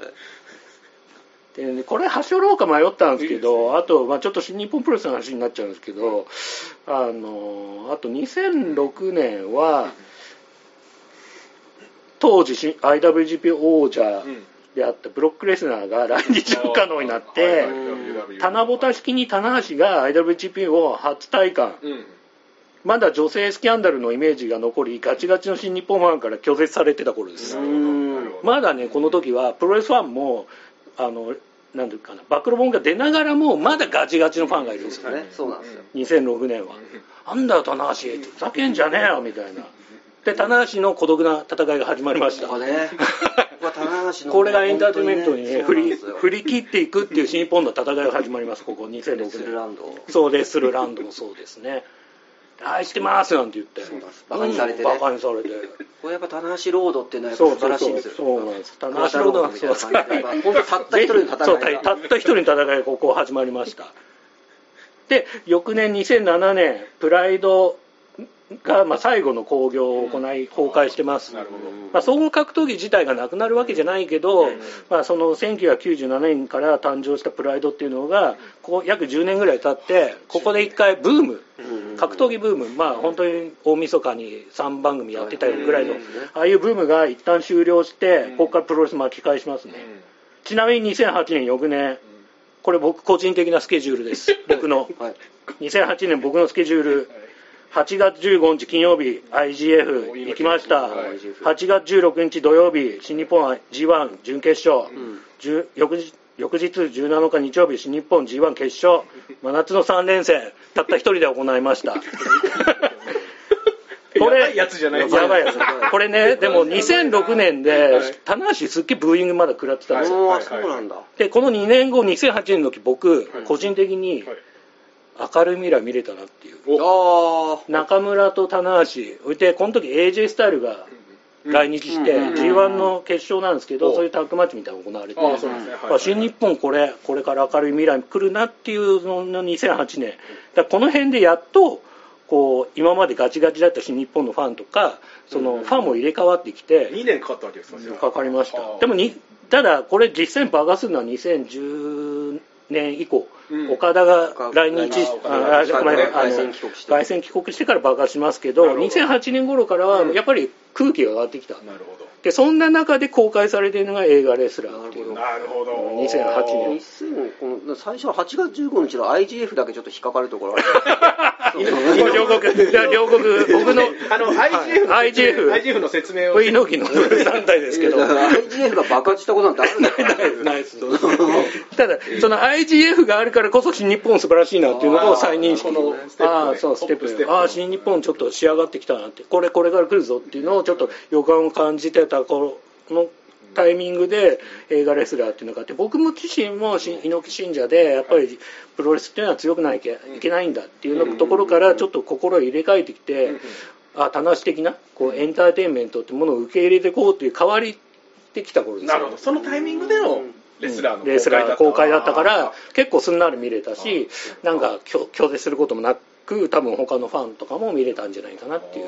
Speaker 1: でこれ、端折ろうか迷ったんですけど、あと、まあ、ちょっと新日本プロレスの話になっちゃうんですけど、あのあと2006年は、当時し IWGP 王者
Speaker 2: うん
Speaker 1: であったブロック・レスナーが来日不可能になっ
Speaker 2: はい
Speaker 1: て
Speaker 2: はい、はい
Speaker 1: 棚ぼた式に棚橋が IWGP を初体感。
Speaker 2: うん
Speaker 1: まだ女性スキャンダルのイメージが残り、ガチガチの新日本ファンから拒絶されてた頃です。
Speaker 2: なるほど
Speaker 1: まだね、この時は、プロレスファンも、あの、なんていうかな、暴露本が出ながらも、まだガチガチのファンがいるんですよね。
Speaker 3: ねそうなんですよ
Speaker 1: 2006年は。なんだよ、棚橋って、ふざけんじゃねえよ、みたいな。で、棚橋の孤独な戦いが始まりました。
Speaker 3: ここねこは棚橋の
Speaker 1: これがエンターテインメントにね、振り、振
Speaker 3: り
Speaker 1: り切っていくっていう新日本の戦いが始まります、ここ2006
Speaker 3: レスル
Speaker 1: 年。
Speaker 3: ランドを
Speaker 1: そうです、スルランドもそうですね。愛してますなんて言って。
Speaker 3: そうなんですバカにされてね
Speaker 1: うんバカにされて。
Speaker 3: これやっぱ棚橋ロードっていうのはやっ
Speaker 1: そ
Speaker 3: ぱ
Speaker 1: う
Speaker 3: 素晴
Speaker 1: そうそう
Speaker 3: らしいんですよ
Speaker 1: そうなんです。棚
Speaker 3: 棚
Speaker 1: 橋ロ
Speaker 3: 橋ロ
Speaker 1: ー
Speaker 3: ー
Speaker 1: ド
Speaker 3: ド
Speaker 1: がそう
Speaker 3: がそうですねほんとたった一人の戦いが
Speaker 1: そうたたった一人の戦いがここ始まりました。で、翌年2007年、プライドが、まあ、最後の興行を行い、崩壊してます。
Speaker 2: なるほどうん
Speaker 1: まあ、総合格闘技自体がなくなるわけじゃないけど、
Speaker 2: うん
Speaker 1: まあ、その1997年から誕生したプライドっていうのが、ここ約10年ぐらい経って、ここで一回ブーム、格闘技ブーム、まあ、本当に大晦日に3番組やってたぐらいの
Speaker 3: うん、
Speaker 1: ああいうブームが一旦終了して、ここからプロレス巻き返しますね。ちなみに2008年翌年、これ僕個人的なスケジュールです。僕の。
Speaker 3: はい
Speaker 1: 2008年僕のスケジュール。8月15日金曜日 IGF 行きました。
Speaker 2: はい
Speaker 1: 8月16日土曜日新日本 G1 準決勝。
Speaker 3: ん
Speaker 1: 10翌日翌日17日日曜日新日本 G1 決勝。真夏の3連戦。たった一人で行いま した。
Speaker 2: これやばいやつじゃない
Speaker 1: やばいやつ。これね、でも2006年で
Speaker 2: はい、
Speaker 1: 棚橋すっげえブーイングまだ食らってたんですよ。
Speaker 3: お
Speaker 2: は
Speaker 3: ー
Speaker 2: い
Speaker 3: そうなんだ
Speaker 1: でこの2年後2008年の時僕、
Speaker 2: い
Speaker 1: 個人的に
Speaker 2: はい
Speaker 1: 明るい未来見れたなっていう
Speaker 2: お
Speaker 3: あ
Speaker 1: 中村と棚橋そしてこの時 AJ スタイルが来日して、
Speaker 3: うんうん
Speaker 1: G1 の決勝なんですけど、
Speaker 2: お
Speaker 1: そういうタッグマッチみたいなのが行われて、
Speaker 2: ああそうなんですねはい
Speaker 1: まあ新日本これこれから明るい未来来るなっていうのの2008年だからこの辺でやっとこう今までガチガチだった新日本のファンとかそのファンも入れ替わってきて、
Speaker 2: 2年かかったわけですかじゃあ
Speaker 1: かかりまし
Speaker 2: あ
Speaker 1: た
Speaker 2: あ
Speaker 1: でもにただこれ実際に爆破するのは2010年以降、
Speaker 2: うん
Speaker 1: 岡田が来日し
Speaker 2: 岡田が
Speaker 1: ああごめん
Speaker 2: 岡田が
Speaker 1: あの
Speaker 2: 凱旋
Speaker 3: 帰国して
Speaker 1: 凱旋帰国してから爆破しますけど
Speaker 2: なるほど
Speaker 1: 2008年頃からはやっぱり空気が上がってきた、
Speaker 2: なるほど
Speaker 1: でそんな中で公開されているのが映画「レスラー」っていう
Speaker 3: な
Speaker 2: なるほど
Speaker 1: 2008
Speaker 3: あ
Speaker 1: 年
Speaker 3: 2000この最初は8月15日の IGF だけちょっと引っかかるところあるそう
Speaker 1: 今両国いや両国僕 の
Speaker 2: あの IGF の
Speaker 1: IGF
Speaker 2: IGF の説明を
Speaker 1: 猪木の3体ですけど
Speaker 3: いやだから IGF が爆発したことなんてあるんだか
Speaker 1: ないですただその IGF があるからこそ新日本素晴らしいなっていうのを再認識
Speaker 2: あーこのステップね
Speaker 1: ああーそうステップ
Speaker 2: トップステップ
Speaker 1: ああ新日本ちょっと仕上がってきたなってこれこれから来るぞっていうのをちょっと予感を感じてた頃のタイミングで映画レスラーっていうのがあって僕も自身もし猪木信者でやっぱりプロレスっていうのは強くないけいけないんだっていうのところからちょっと心を入れ替えてきてあ棚橋的なこうエンターテインメントってものを受け入れていこうっていう変わりってきた頃ですよ
Speaker 2: なるほどそのタイミングでのレスラーの
Speaker 1: レスラーの公開だったから
Speaker 2: あ
Speaker 1: 結構すんなり見れたしなんか拒拒絶することもなく多分他のファンとかも見れたんじゃないかな
Speaker 2: ー
Speaker 1: っていう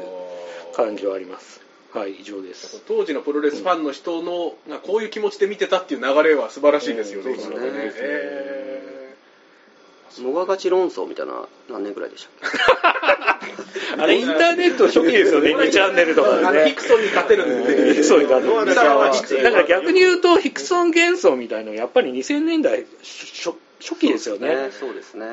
Speaker 1: 感じはありますはい以上です
Speaker 2: 当時のプロレスファンの人の、がこういう気持ちで見てたっていう流れは素晴らしいですよ
Speaker 3: う
Speaker 2: ね、
Speaker 3: ん
Speaker 2: 今
Speaker 3: そう
Speaker 2: の
Speaker 3: ですね
Speaker 2: ねえ
Speaker 3: ら野川勝ち論争みたいな何年ぐらいでしたっ
Speaker 1: あれインターネット初期ですよね2チャンネルと
Speaker 2: ーあ
Speaker 1: か
Speaker 2: の
Speaker 1: で
Speaker 2: ヒクソンに勝てるんで、
Speaker 1: ねそういう感じ
Speaker 4: ノア
Speaker 1: だ
Speaker 4: だ
Speaker 1: か
Speaker 4: け
Speaker 2: は
Speaker 1: ら逆に言うとヒクソン幻想みたいのやっぱり2000年代初初期ですよ
Speaker 3: け
Speaker 1: ね
Speaker 3: そうですね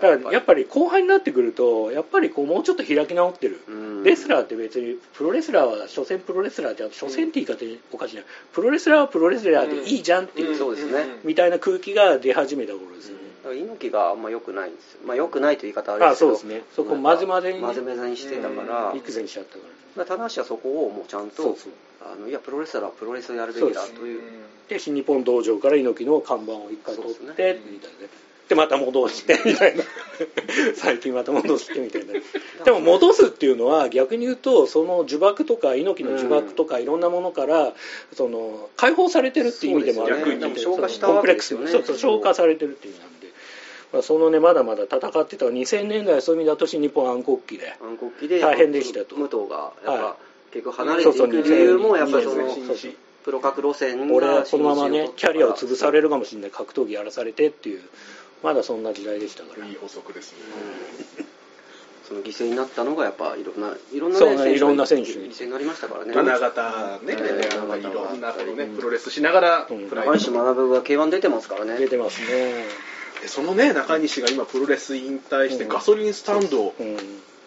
Speaker 1: だからやっぱり後半になってくるとやっぱりこうもうちょっと開き直ってる
Speaker 3: うん
Speaker 1: レスラーって別にプロレスラーは所詮プロレスラーじゃん所詮って言い方おかしいなプロレスラーはプロレスラーでいいじゃんっていう、
Speaker 2: うん
Speaker 3: そうですね
Speaker 1: みたいな空気が出始めた頃ですよね、
Speaker 3: だから猪木があんま良くないんですよまあ良くないという言い方あれ
Speaker 1: あ
Speaker 3: ですけ
Speaker 1: そう
Speaker 3: ど
Speaker 1: ですねそこ混ぜ混ぜに
Speaker 3: まぜまぜにしてたから
Speaker 1: いくぜにしちゃったから、ね、
Speaker 3: まあ棚橋はそこをもうちゃんと
Speaker 1: そうそう
Speaker 3: あのいやプロレスラーはプロレスをやるべきだという
Speaker 1: で新日本道場から猪木の看板を一回取って
Speaker 3: そう
Speaker 1: み
Speaker 3: です
Speaker 1: たいなねでまた戻してみたいな 最近また戻してみたいなでも戻すっていうのは逆に言うとその呪縛とか猪木の呪縛とかいろんなものからその解放されてるっていう意味でもある
Speaker 2: そうですね
Speaker 1: なんで
Speaker 2: でも消化
Speaker 3: したわけですよね
Speaker 1: そうそう消化されてるっていう意味なんで、まあ、そのねまだまだ戦ってた2000年代はそういう意味だと新日本暗黒期で
Speaker 3: 暗黒期で
Speaker 1: 大変でしたと
Speaker 3: 武藤がやっぱ、
Speaker 1: は
Speaker 3: 結局離れていく理由もやっぱりその
Speaker 1: そうそう
Speaker 3: ププロ格路線が
Speaker 1: 俺はこのまま
Speaker 3: 新
Speaker 1: ね
Speaker 3: 人
Speaker 1: キャリアを潰されるかもしれない格闘技やらされてっていうまだそんな時代でしたから
Speaker 2: いい補足ですね、
Speaker 3: その犠牲になったのがやっぱいろんないろんな、
Speaker 1: そうね
Speaker 3: 選手が
Speaker 1: いろんな選手
Speaker 3: 犠牲になりましたからね
Speaker 2: 花形ね、
Speaker 3: うん
Speaker 2: あのいろんなとこね、
Speaker 1: うん
Speaker 2: プロレスしながら、
Speaker 1: うん
Speaker 2: プライド
Speaker 3: 中西学が K1 出てますから
Speaker 1: 出
Speaker 3: ね
Speaker 1: てますね
Speaker 2: でそのね中西が今プロレス引退して、
Speaker 1: うん
Speaker 2: ガソリンスタンドを、
Speaker 1: うん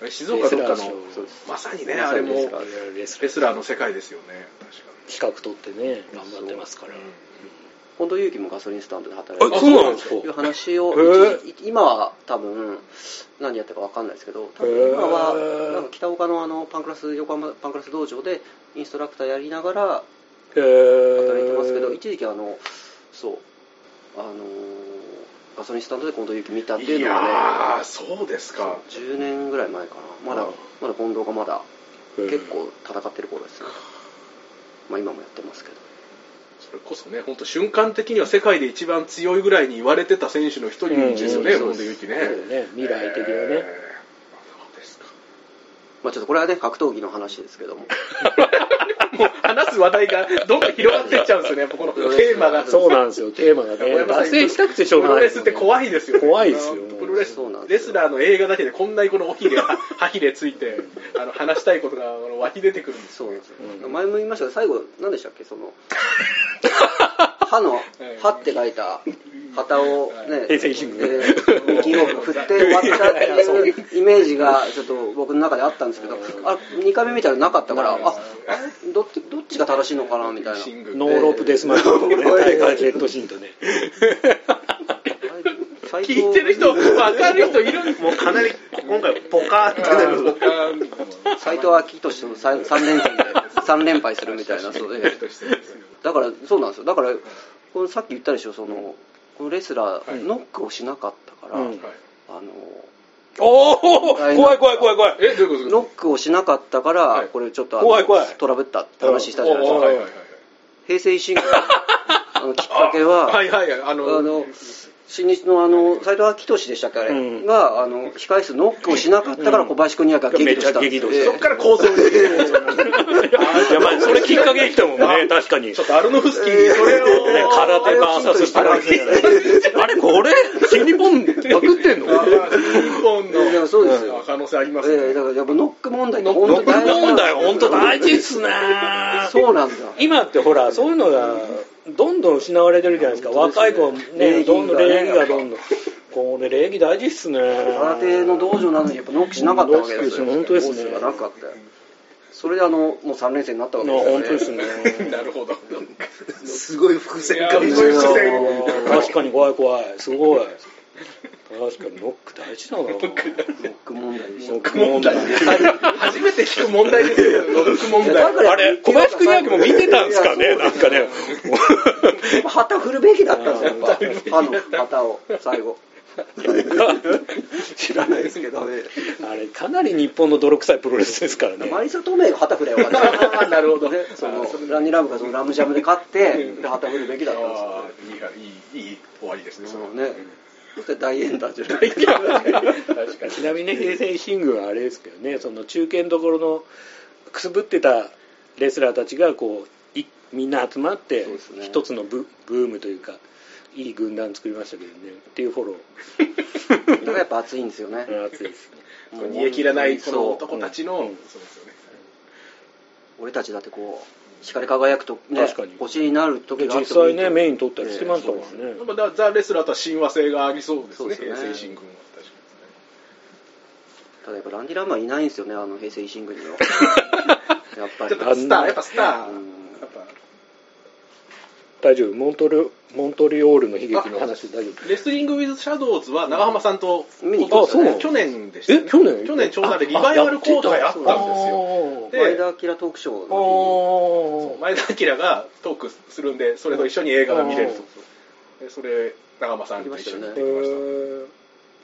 Speaker 2: あれ静岡どっか
Speaker 1: レスラ
Speaker 2: の
Speaker 1: ーでしょそうで
Speaker 2: まさにね
Speaker 3: ま
Speaker 2: あ
Speaker 3: さ
Speaker 2: れ
Speaker 3: に
Speaker 2: も
Speaker 3: レスラー
Speaker 1: レスラ
Speaker 2: レ
Speaker 1: ー
Speaker 2: スラーの世界ですよね確か
Speaker 1: 資格取ってね頑張ってますから
Speaker 2: に、
Speaker 3: 近藤祐樹もガソリンスタンドで働いてる
Speaker 2: あそうなんですか
Speaker 3: いう話
Speaker 1: へ
Speaker 3: を
Speaker 1: ー
Speaker 3: 一時今は多分何やってるか分かんないですけど多分今
Speaker 1: へ
Speaker 3: は
Speaker 1: ー
Speaker 3: なんか北岡のあのパンクラス横浜パンクラス道場でインストラクターやりながら
Speaker 1: えー
Speaker 3: 働いてますけど、一時期あのそうあのーガソリンスタンドで近藤祐樹見たって
Speaker 2: うん
Speaker 3: い
Speaker 2: いう
Speaker 3: のはね
Speaker 2: やーそうですか
Speaker 3: 10年ぐらい前かなまだ
Speaker 1: うん
Speaker 3: まだ近藤がまだ
Speaker 1: うん
Speaker 3: 結構戦ってる頃ですね、まあ今もやってますけど
Speaker 2: それこそね本当瞬間的には世界で一番強いぐらいに言われてた選手の一人ですよね、
Speaker 1: うん
Speaker 2: 本田裕樹ね
Speaker 1: そうね未来的なね
Speaker 2: えーそうですか
Speaker 3: まあちょっとこれはね格闘技の話ですけども
Speaker 2: もう話す話題がどんどん広がっていっちゃうんですよね、やっぱこのテーマが。
Speaker 1: そうなんですよテーマが
Speaker 2: 小
Speaker 1: ね
Speaker 2: 山さん
Speaker 1: 脱線したくてしょう
Speaker 2: プ
Speaker 1: が
Speaker 2: ロ
Speaker 1: ない
Speaker 2: レスって怖いですよね。
Speaker 1: 怖いですよ
Speaker 2: プロレス
Speaker 3: そうなん、で
Speaker 2: レ
Speaker 3: す
Speaker 2: ス
Speaker 3: よ
Speaker 2: ラーの映画だけでこんなにこのおひれ、は歯ひれ ついて、あの、話したいことがあの湧き出てくるんです
Speaker 3: そ
Speaker 2: よ
Speaker 3: うなん
Speaker 2: ね
Speaker 3: ですよ、
Speaker 1: うん
Speaker 3: 前も言いましたけど最後何でしたっけ その歯の
Speaker 2: ええ
Speaker 3: 「歯」って書いた旗をね、
Speaker 1: 平成神宮
Speaker 3: えー右を振って終わったっていうイメージがちょっと僕の中であったんですけど、あ2回目見たらなかったから、ああれどっちどっちが正しいのかなみたいな、
Speaker 2: シングル
Speaker 1: ノーロープデスマッチのね大会ジェットシーンとね
Speaker 3: 最
Speaker 2: 聞いてる人、わかる人 いるんです
Speaker 4: もうかなり今回ポカーってなる
Speaker 3: 斎藤明俊と 3, 三連戦で3連敗するみたい な、そうええだからそうなんですよ、だからこのさっき言ったでしょ、そのこのレスラー、ノックをしなかったから、
Speaker 1: うん
Speaker 3: あの
Speaker 1: おお怖い怖い怖い怖い
Speaker 2: え、どういうこと
Speaker 3: ノックをしなかったから、
Speaker 2: はい
Speaker 3: これちょっとあの
Speaker 1: 怖い怖い
Speaker 3: トラブったって話したじゃないです
Speaker 1: お
Speaker 3: か
Speaker 1: う。
Speaker 2: はいはいはい
Speaker 3: 平成維新 軍のきっかけは、
Speaker 2: はいはいはい、あ
Speaker 3: あ
Speaker 2: の、
Speaker 3: の新日のあの斎藤昭俊でしたっけあれ、
Speaker 1: うん
Speaker 3: があの控え室ノックをしなかったから小林君にはが激怒したんですよ
Speaker 1: めっちゃ激怒
Speaker 2: そっから構想に。
Speaker 1: いやまあそれきっかけに来たもんね確かに
Speaker 2: ちょっとアルノフスキーにそれ
Speaker 1: ね
Speaker 2: を。
Speaker 1: 空手 VS ストライクあれこれ新日本パクってんの
Speaker 2: あまあ日本
Speaker 3: いや
Speaker 2: の
Speaker 3: そうですよ
Speaker 2: 可能性あります
Speaker 3: ええ
Speaker 2: ね
Speaker 3: だ。からやっぱノック問題って
Speaker 1: ノ
Speaker 3: 本
Speaker 1: ック
Speaker 3: 当
Speaker 1: 問題
Speaker 3: 本
Speaker 1: 本当大事っすね
Speaker 3: そうなんだ
Speaker 1: 今ってほらそういうのがどんどん失われてるじゃないですか
Speaker 3: 本当
Speaker 1: 若い
Speaker 3: ですね
Speaker 1: 子ね
Speaker 3: 礼儀
Speaker 1: ど
Speaker 3: が
Speaker 1: んどん礼儀
Speaker 3: や
Speaker 1: が
Speaker 3: っぱ
Speaker 1: どんどんこれ礼儀大事っすね
Speaker 3: 空手の道場なのにやっぱノックしなかったわけですよ
Speaker 1: ノックし本当ですね
Speaker 3: ノックがなかったよそれであのもう3連戦になったわけ
Speaker 1: な
Speaker 3: ですよ
Speaker 1: 本当ですね
Speaker 2: なるほど。
Speaker 4: すごい伏線かも
Speaker 2: い
Speaker 4: し
Speaker 2: や
Speaker 4: れ
Speaker 2: 本
Speaker 4: な
Speaker 2: 当に
Speaker 4: い
Speaker 1: 確かに怖い怖いすごい確かにノック大事だなノ
Speaker 3: ノック問題でした
Speaker 1: ック問題
Speaker 2: 初めて聞く問題で すよ、ノック問題。
Speaker 1: あれ小林君やきも見てたんですかねなんかね
Speaker 3: やっぱ旗振るべきだったんですよやっぱ歯の旗を最後知らないですけどね
Speaker 1: あれかなり日本の泥臭いプロレスですからね
Speaker 3: マリサ・トメイが旗振ればよかった
Speaker 2: なるほど
Speaker 3: ねそのランニーラムがそのラムジャムで勝ってで旗振るべきだったんです
Speaker 2: あーいい、いい、いい終わりですね、そ
Speaker 3: け
Speaker 2: れ
Speaker 3: ど
Speaker 2: は
Speaker 3: ねそして大円団じゃない
Speaker 2: 確かに。
Speaker 1: ちなみに平成維新軍はあれですけどねその中堅どころのくすぶってたレスラーたちがこういみんな集まって
Speaker 3: そうですね
Speaker 1: 一つのブブームというかいい軍団作りましたけどねっていうフォロ
Speaker 3: だからやっぱ熱いんですよね
Speaker 1: ー熱いですね
Speaker 2: こう煮え切らない、この
Speaker 3: そう
Speaker 2: 男たちの、そうですよね。
Speaker 3: 俺たちだってこう光り輝くとね
Speaker 1: 確かに
Speaker 3: 星になる時があ
Speaker 1: 実
Speaker 3: っても
Speaker 1: 際
Speaker 3: いい
Speaker 1: ねメイン取ったりしてま
Speaker 3: ま
Speaker 1: し
Speaker 3: す
Speaker 1: たからね
Speaker 2: やっぱだからザ・レスラーとは親和性がありそうです
Speaker 3: そう
Speaker 2: ね、
Speaker 3: ですね
Speaker 2: 平成新軍は。確か
Speaker 3: ただやっぱランディ・ラムはいないんですよねあの平成維 新軍にはやっぱ
Speaker 2: に
Speaker 3: り
Speaker 2: ねやっぱスター、やっぱスター。
Speaker 3: うん
Speaker 2: やっぱ
Speaker 1: 大丈夫モントリモントリオールの悲劇の話大丈夫
Speaker 2: レスリング・ウィズ・シャドウズは長浜さんと
Speaker 3: 見に行き
Speaker 1: ましたね
Speaker 2: 去年でしたね
Speaker 1: え去年
Speaker 2: 去年調査でリバイバルコートがやったんですよ
Speaker 1: よ
Speaker 2: で
Speaker 3: 前田明トークショーの
Speaker 1: お
Speaker 2: 前田明がトークするんでそれと一緒に映画が見れるとでそれ長間さんと一緒に行ってきまし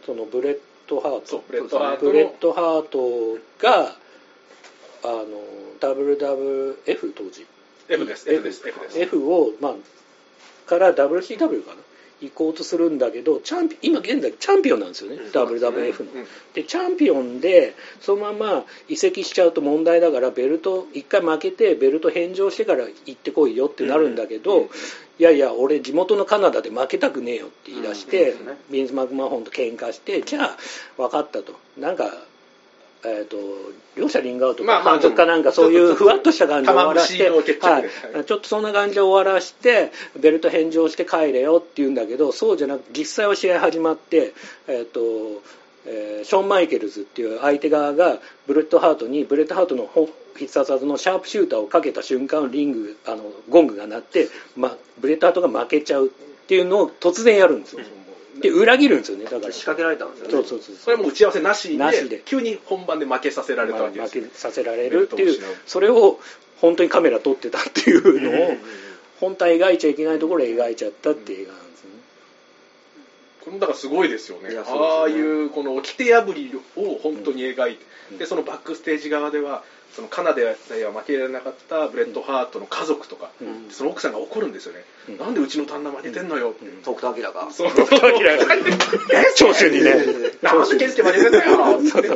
Speaker 2: た、
Speaker 1: そのブレッドハート
Speaker 2: そうブレッドハート
Speaker 1: ブレッ
Speaker 2: の
Speaker 1: ドハートがあの WWF 当時
Speaker 2: F です F です F です
Speaker 1: F を、まあ、から WCW かな行こうとするんだけどチャンピ今現在チャンピオンなんですよね、
Speaker 4: うん
Speaker 1: WWF の。
Speaker 2: うん
Speaker 1: でチャンピオンでそのまま移籍しちゃうと問題だからベルト一回負けてベルト返上してから行ってこいよってなるんだけど、いやいや俺地元のカナダで負けたくねえよって言い出して、
Speaker 3: うんうんうん
Speaker 1: ビンス・マクマホンと喧嘩してじゃあ分かったとなんか。えー、と両者リングアウトか
Speaker 2: まあまあ
Speaker 1: 反則かなんかそういうふわっとした感じで終わらして、
Speaker 2: 玉虫の決着
Speaker 1: はい
Speaker 2: です
Speaker 1: ちょっとそんな感じで終わらしてベルト返上して帰れよって言うんだけどそうじゃなく実際は試合始まって、えーとえーショーン・マイケルズっていう相手側がブレットハートにブレットハートのほ必殺技のシャープシューターをかけた瞬間リングあのゴングが鳴って、ま、ブレットハートが負けちゃうっていうのを突然やるんですよ。で裏切るんですよねだから
Speaker 3: 仕掛けられたんですよね
Speaker 1: そうそうそう
Speaker 2: それはもう打ち合わせなしで
Speaker 1: なしで
Speaker 2: 急に本番で負けさせられたわけです
Speaker 1: 負
Speaker 2: よ
Speaker 1: けさせられるってい
Speaker 2: ベル
Speaker 1: う
Speaker 2: トを失う
Speaker 1: それを本当にカメラ撮ってたっていうのを本体描いちゃいけないところで描いちゃったっていう映画なんですね
Speaker 2: これだからすごいですよね
Speaker 3: いやそうですよね
Speaker 2: ああいうこの掟破りを本当に描いて、
Speaker 1: うん
Speaker 2: でそのバックステージ側ではそのカナダでは負けられなかったブレッド・ハートの家族とか、
Speaker 1: うん
Speaker 2: その奥さんが怒るんですよね、
Speaker 1: うん
Speaker 2: なんでうちの旦那負けてんのよって、
Speaker 1: うん
Speaker 3: 徳田明が
Speaker 2: そうそうそう
Speaker 1: 長州にね
Speaker 2: なんでケンスケ負けてんのよって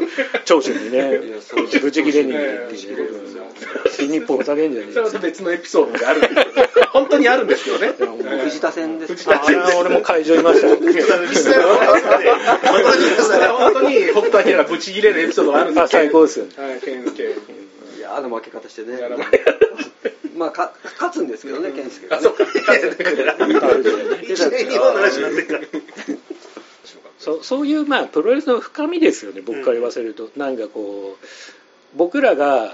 Speaker 1: 長州にね
Speaker 3: いやそう
Speaker 1: ブチギレにね
Speaker 2: ブチ
Speaker 3: ギレですよ
Speaker 1: 新日本を叫んじゃね
Speaker 2: それは別のエピソードであるんですけど本当にあるんですけどね
Speaker 1: やもう
Speaker 3: 藤田戦です
Speaker 2: 藤
Speaker 1: え
Speaker 2: 田
Speaker 1: あれは俺も会場いましたよ
Speaker 2: 実際は本当に北斗晶ぶち切れるエピソードがあるんです
Speaker 1: あ
Speaker 2: けど
Speaker 1: 最高ですよね
Speaker 2: はいケンスケ
Speaker 3: いやあの負け方してね
Speaker 2: やらない
Speaker 3: まあか勝つんですけどね健介がね
Speaker 4: 一年日本の話になってるから
Speaker 1: そうそういう、まあ、プロレスの深みですよね僕から言わせると、なんかこう僕らが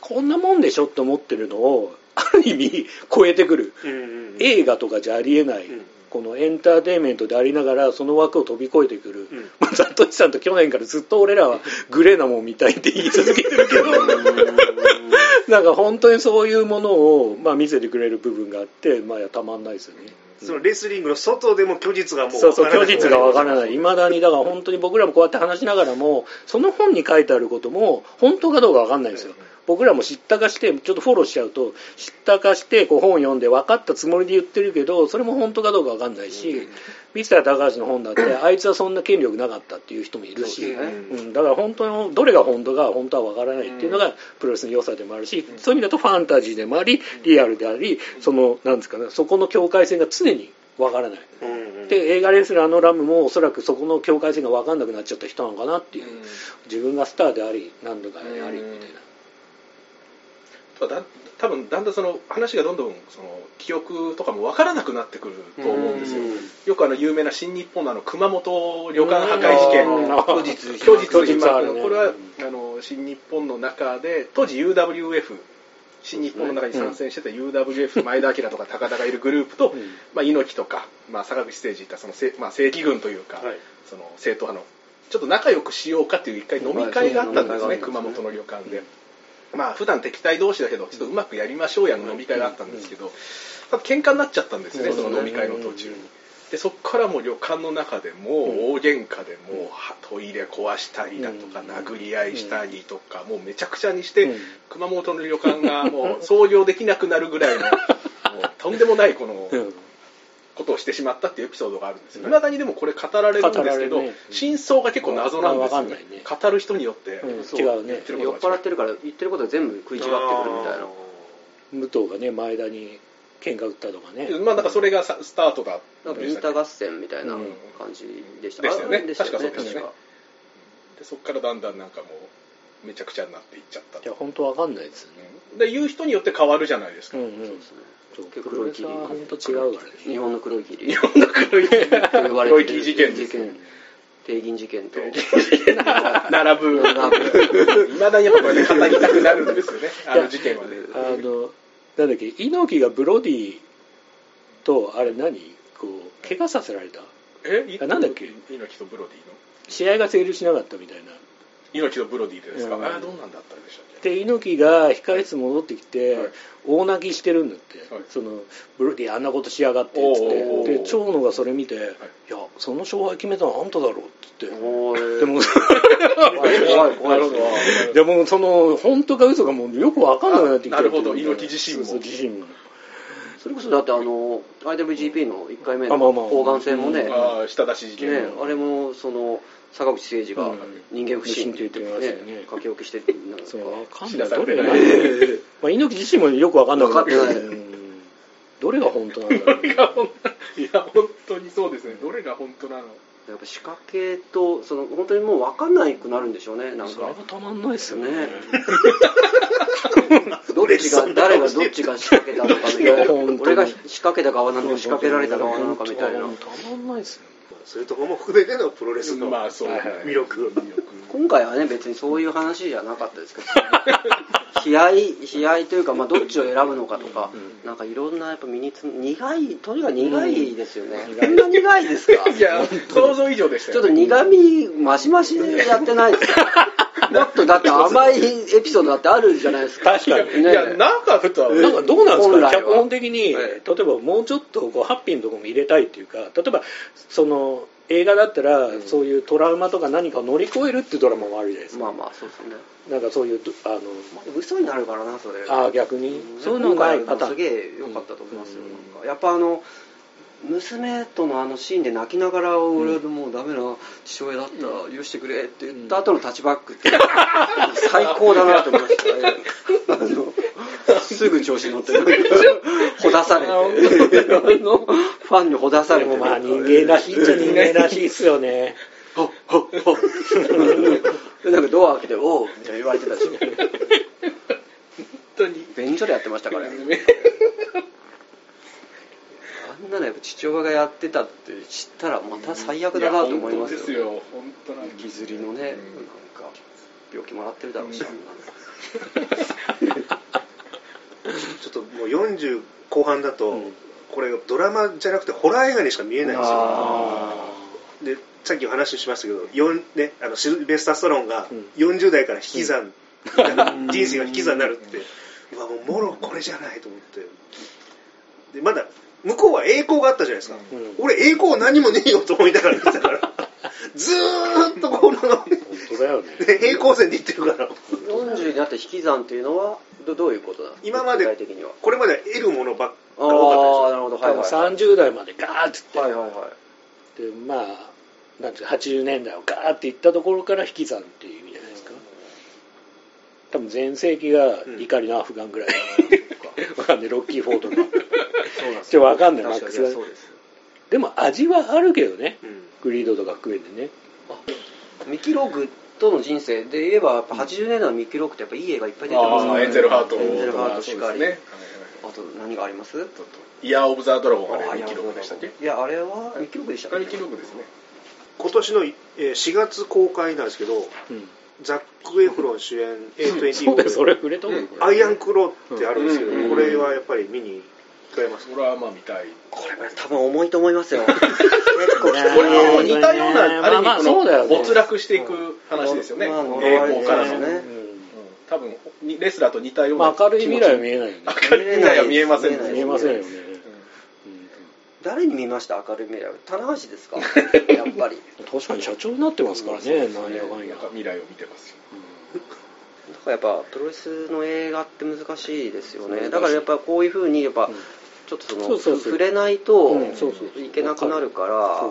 Speaker 1: こんなもんでしょって思ってるのをある意味超えてくる
Speaker 4: うんうん
Speaker 1: 映画とかじゃありえない、
Speaker 4: うん
Speaker 1: このエンターテインメントでありながらその枠を飛び越えてくる
Speaker 4: うん
Speaker 1: まあザトシさんと去年からずっと俺らはグレーなもんみたいって言い続けてるけどなんか本当にそういうものを、まあ、見せてくれる部分があって、まあ、いやたまんないですよね。
Speaker 4: そのレスリングの外でも虚実がもう
Speaker 1: そうそう、虚実がわ
Speaker 4: わ
Speaker 1: からない。未だに、だから本当に僕らもこうやって話しながらも、その本に書いてあることも、本当かどうかわかんないんですよ。僕らも知ったかして、ちょっとフォローしちゃうと、知ったかして、こう本読んで分かったつもりで言ってるけど、それも本当かどうかわかんないし、ミスター高橋の本だって、あいつはそんな権力なかったっていう人もいるし、
Speaker 3: そうですね
Speaker 1: うん、だから本当にどれが本当か本当は分からないっていうのがプロレスの良さでもあるし、そういう意味だとファンタジーでもありリアルでありそのなんですかねそこの境界線が常に分からない、で映画レスラーのラムもおそらくそこの境界線が分かんなくなっちゃった人なのかなっていう、自分がスターであり何度かでありみたいな、
Speaker 2: まあだ多分だんだんその話がどんどんその記憶とかも分からなくなってくると思うんですよ
Speaker 1: うん
Speaker 2: よくあの有名な新日本のあの熊本旅館破壊事件
Speaker 1: うん
Speaker 2: の
Speaker 3: 後日
Speaker 2: 当時当時
Speaker 1: 当日あ
Speaker 2: こ
Speaker 1: るね
Speaker 2: れはあの新日本の中で当時 UWF 新日本の中に参戦してた UWF 前田明とか高田がいるグループと、
Speaker 1: うん
Speaker 2: まあ、猪木とか、まあ、坂口誠二いったそのせ、まあ、正規軍というか、
Speaker 4: はい
Speaker 2: その正統派のちょっと仲良くしようかっていう一回飲み会があったんですね、熊本の旅館で。まあ普段敵対同士だけどちょっとうまくやりましょうやの飲み会があったんですけど、多分喧嘩になっちゃったんですね、
Speaker 1: うん
Speaker 2: その飲み会の途中に。でそこからもう旅館の中でもう大喧嘩でもうはトイレ壊したりだとか
Speaker 1: うん
Speaker 2: 殴り合いしたりとかもうめちゃくちゃにして
Speaker 1: うん
Speaker 2: 熊本の旅館がもう創業できなくなる ぐらいのもうとんでもないこの
Speaker 1: うん
Speaker 2: ことをしてしまったっていうエピソードがあるんですよ。
Speaker 1: うん
Speaker 2: いまだにでもこれ語られる
Speaker 1: 語
Speaker 2: んです
Speaker 1: ら
Speaker 2: け
Speaker 1: れ
Speaker 2: ど、
Speaker 1: るねうん
Speaker 2: 真相が結構謎なんです
Speaker 1: あわか
Speaker 2: よ、
Speaker 1: んないね
Speaker 2: 語る人によって、
Speaker 1: うん
Speaker 2: そう
Speaker 1: 違うね
Speaker 2: 言ってる
Speaker 3: 酔っ
Speaker 2: ことが
Speaker 3: 払ってるから言ってることは全部食い違ってくるみたいな
Speaker 1: 武藤がね前田に喧嘩打ったとかね、
Speaker 2: 違うまあなんかそれがさスタートだ
Speaker 3: なんかビンタ合戦みたいな感じでした、
Speaker 2: うんでしたよね
Speaker 3: あ
Speaker 2: 確かそうでした
Speaker 3: 確
Speaker 2: よね
Speaker 3: か
Speaker 2: でそこからだんだんなんかもうめちゃくちゃになっていっちゃった
Speaker 1: いや本当わかんないですよね
Speaker 2: で言う人によって変わるじゃないですか、
Speaker 1: うんうん
Speaker 3: そうですね
Speaker 1: そう
Speaker 3: 結構
Speaker 1: 黒
Speaker 3: 黒い
Speaker 1: い
Speaker 3: 霧
Speaker 1: は本当違うからね
Speaker 3: 日本の黒い霧
Speaker 2: 日本の黒 い
Speaker 3: と言われ
Speaker 2: 黒い
Speaker 3: て
Speaker 2: 木
Speaker 3: る
Speaker 2: 事件です
Speaker 3: 事件帝銀事 件と
Speaker 2: 並 ぶいまだにやっぱこれね語りたくなるんですよねあの事件はね
Speaker 1: あの、なんだっけ、猪木がブロディと、あれ何こう、怪我させられた
Speaker 2: え
Speaker 1: あなんだっけ
Speaker 2: 猪木とブロディの
Speaker 1: 試合が成立しなかったみたいな。
Speaker 2: 猪木とブロディでですか、
Speaker 1: うん
Speaker 2: ああどんなんだったんでしたっけ
Speaker 1: で、猪木が控室戻ってきて、
Speaker 2: はい
Speaker 1: 大泣きしてるんだって。
Speaker 2: はい
Speaker 1: その、ブロディあんなことしやがって、つっ
Speaker 2: おうおうおう
Speaker 1: て。で、長野がそれ見て、い、や、その勝敗決めたのあんただろ、つって。
Speaker 3: おー
Speaker 1: でも、
Speaker 3: 怖い怖い怖い
Speaker 2: なるほど
Speaker 1: でもその、本当か嘘かもうよくわかんなくなってきて
Speaker 2: あなるほど猪木自身も
Speaker 1: そうそう自身も。
Speaker 3: それックスだってあの IWGP の1回目
Speaker 1: あ
Speaker 3: の
Speaker 1: まあまあ
Speaker 3: 抗がん戦もね,、
Speaker 2: ああ舌出し事件、
Speaker 3: ねあれもその坂口誠二が
Speaker 1: うん
Speaker 3: 人間不信って言って
Speaker 1: 不信って言ってましたよ
Speaker 3: ね
Speaker 1: ね
Speaker 3: 書き置きしてなんか
Speaker 1: そうわかん
Speaker 2: 知
Speaker 1: な
Speaker 2: ら
Speaker 1: い
Speaker 2: され
Speaker 1: ど
Speaker 2: て
Speaker 1: れ
Speaker 2: ない
Speaker 1: が、まあ、猪木自身もよくわかんなく
Speaker 3: わかってない
Speaker 1: うんどれが本当なんだろう、ね、
Speaker 2: がほんいや本当にそうですねどれが本当なの
Speaker 3: やっぱ仕掛けとその本当にもう分かんないくなるんでしょうね なん
Speaker 1: それ
Speaker 3: か
Speaker 1: はたまんないですよね
Speaker 3: ねどっちが誰がどっちが仕掛けたのかみた
Speaker 1: いや本当
Speaker 3: いな
Speaker 1: に
Speaker 3: 俺が仕掛けた側なのか仕掛けられた側なのかみたいな
Speaker 1: 本当たまんないですよね
Speaker 4: そういうところも含めてのプロレスの
Speaker 2: まあそう、
Speaker 1: はいはい
Speaker 4: 魅力
Speaker 2: 魅力
Speaker 3: 今回はね別にそういう話じゃなかっ たですけど悲哀悲哀というか、まあ、どっちを選ぶのかとか、なんかいろんなやっぱ身につ苦いとにかく苦いですよね、こんな苦いですか
Speaker 2: いや想像以上でした
Speaker 3: ちょ
Speaker 2: よ
Speaker 3: っと苦みマシマシでやってないですか もっとだって甘いエピソードだってあるじゃないですか
Speaker 1: 確かに
Speaker 3: ね
Speaker 2: いやなんかふとは
Speaker 1: なんかどうなんです
Speaker 3: 本
Speaker 1: か
Speaker 3: 来は
Speaker 1: 脚本的に、例
Speaker 3: え
Speaker 1: えばもうちょっとこうハッピーのところも入れたいっていうか例えばその映画だったら、そういうトラウマとか何かを乗り越えるっていうドラマもあるじゃないですか、
Speaker 3: まあまあそうですね
Speaker 1: なんかそういうどあの
Speaker 3: 嘘になるからなそれ
Speaker 1: ああ逆にそういうの
Speaker 3: が
Speaker 1: がないパターン
Speaker 3: すげえ良かったと思いますよ、
Speaker 1: うん
Speaker 3: なんかやっぱあの娘とのあのシーンで泣きながら俺もうダメな父親だった許してくれって言った後のタッチバッ クって最高だなと思いましたねあのすぐ調子 乗ってるほだされてあのファンにほだされ
Speaker 1: で
Speaker 3: て
Speaker 1: も まあ人間らしいっちゃ人間らしいっすよね
Speaker 3: ほっほっほっでなんかドア開けて「おう」みたいな言われてたし
Speaker 2: 本当に
Speaker 3: 便所でやってましたからあんなのやっぱ父親がやってたって知ったらまた最悪だなと思います
Speaker 2: や本当です
Speaker 3: よ
Speaker 2: よ本当なん
Speaker 3: ギズリのね、なんか病気もらってるだろうし、あんなの
Speaker 4: ちょっともう40後半だと、これドラマじゃなくてホラー映画にしか見えないんですよでさっきお話ししましたけど、よんね、あのシルベスター・ストローンが
Speaker 1: うん
Speaker 4: 40代から引き算、人生が引き算になるって、うわもうもろこれじゃないと思ってでまだ向こうは栄光があったじゃないですか、
Speaker 1: うん
Speaker 4: 俺栄光何もねえよと思いながら見て たからずーっとこの、
Speaker 1: 本当だよね
Speaker 4: ね平行線でいってるから
Speaker 3: 40になって引き算というのはどどういうことだ
Speaker 4: 今まで
Speaker 3: 具体的には
Speaker 4: これまでは得るものばっか
Speaker 3: あ
Speaker 4: が多か
Speaker 3: あ
Speaker 4: っ
Speaker 3: なるほどはい
Speaker 1: 多
Speaker 3: は
Speaker 1: 分
Speaker 3: いは
Speaker 1: 30代までガーッつって、
Speaker 3: いはいは
Speaker 1: でまあなんていうか80年代をガーっていったところから引き算っていう意味じゃないですか多分全盛期が怒りのアフガンぐらいだなわかんないロッキー・フォードの
Speaker 3: いそうなんで
Speaker 1: ちょっとわかんない
Speaker 3: 確か
Speaker 1: マック
Speaker 3: に
Speaker 1: スが
Speaker 3: そうです
Speaker 1: でも味はあるけどね
Speaker 4: た、うん
Speaker 1: グリードとか含めてね
Speaker 3: ミキログとの人生で言えばやっぱ80年代のミキログってやっぱいい映画いっぱい出てます
Speaker 2: あ
Speaker 3: ね
Speaker 2: あエンゼルハート
Speaker 3: エンゼルハートし
Speaker 2: そう
Speaker 3: かり、
Speaker 2: ですね
Speaker 3: あと何があります
Speaker 2: イヤー・オブ・ザ・ドラゴンあれ記録でしたっけ
Speaker 3: いやあれはミキログでしたっけ
Speaker 2: 記録ですね
Speaker 4: 今年のえー4月公開なんですけど
Speaker 1: うん
Speaker 4: ザック・エフロン主演 A24
Speaker 1: そうだよそれ触れたも
Speaker 2: うん
Speaker 1: んこれ
Speaker 4: アイアンクローってあるんですけど、
Speaker 2: うん
Speaker 4: これはやっぱり見に行かれます
Speaker 2: それはまあ見たい
Speaker 3: これは多分重いと思い ますよ結構きつい
Speaker 2: これも
Speaker 1: ね
Speaker 2: 似たようなあれに
Speaker 1: まあまあ
Speaker 2: こ
Speaker 1: そうだよ
Speaker 2: の
Speaker 1: ね
Speaker 2: 没落していく話ですよね
Speaker 3: まあまあ
Speaker 2: 栄光から
Speaker 3: そ
Speaker 2: の
Speaker 3: うですね
Speaker 1: うん
Speaker 2: 多分にレスラーと似たよう
Speaker 1: ま
Speaker 2: な
Speaker 1: あ明るい未来は見えないよね
Speaker 2: 明るい未来は見えませんね
Speaker 1: 見えませんよね
Speaker 3: 誰に見ました明るい未来棚橋です かやっぱり
Speaker 1: うん確かに社長になってますからねなんやかん
Speaker 2: な
Speaker 1: や
Speaker 2: んか未来を見てますよ
Speaker 3: だからやっぱプロレスの映画って難しいですよねだからやっぱこういうふうにやっぱ、
Speaker 1: うん
Speaker 3: ちょっとその
Speaker 1: そうそうそう
Speaker 3: 触れないと、
Speaker 1: うんそうそうそう
Speaker 3: いけなくなるから
Speaker 1: そう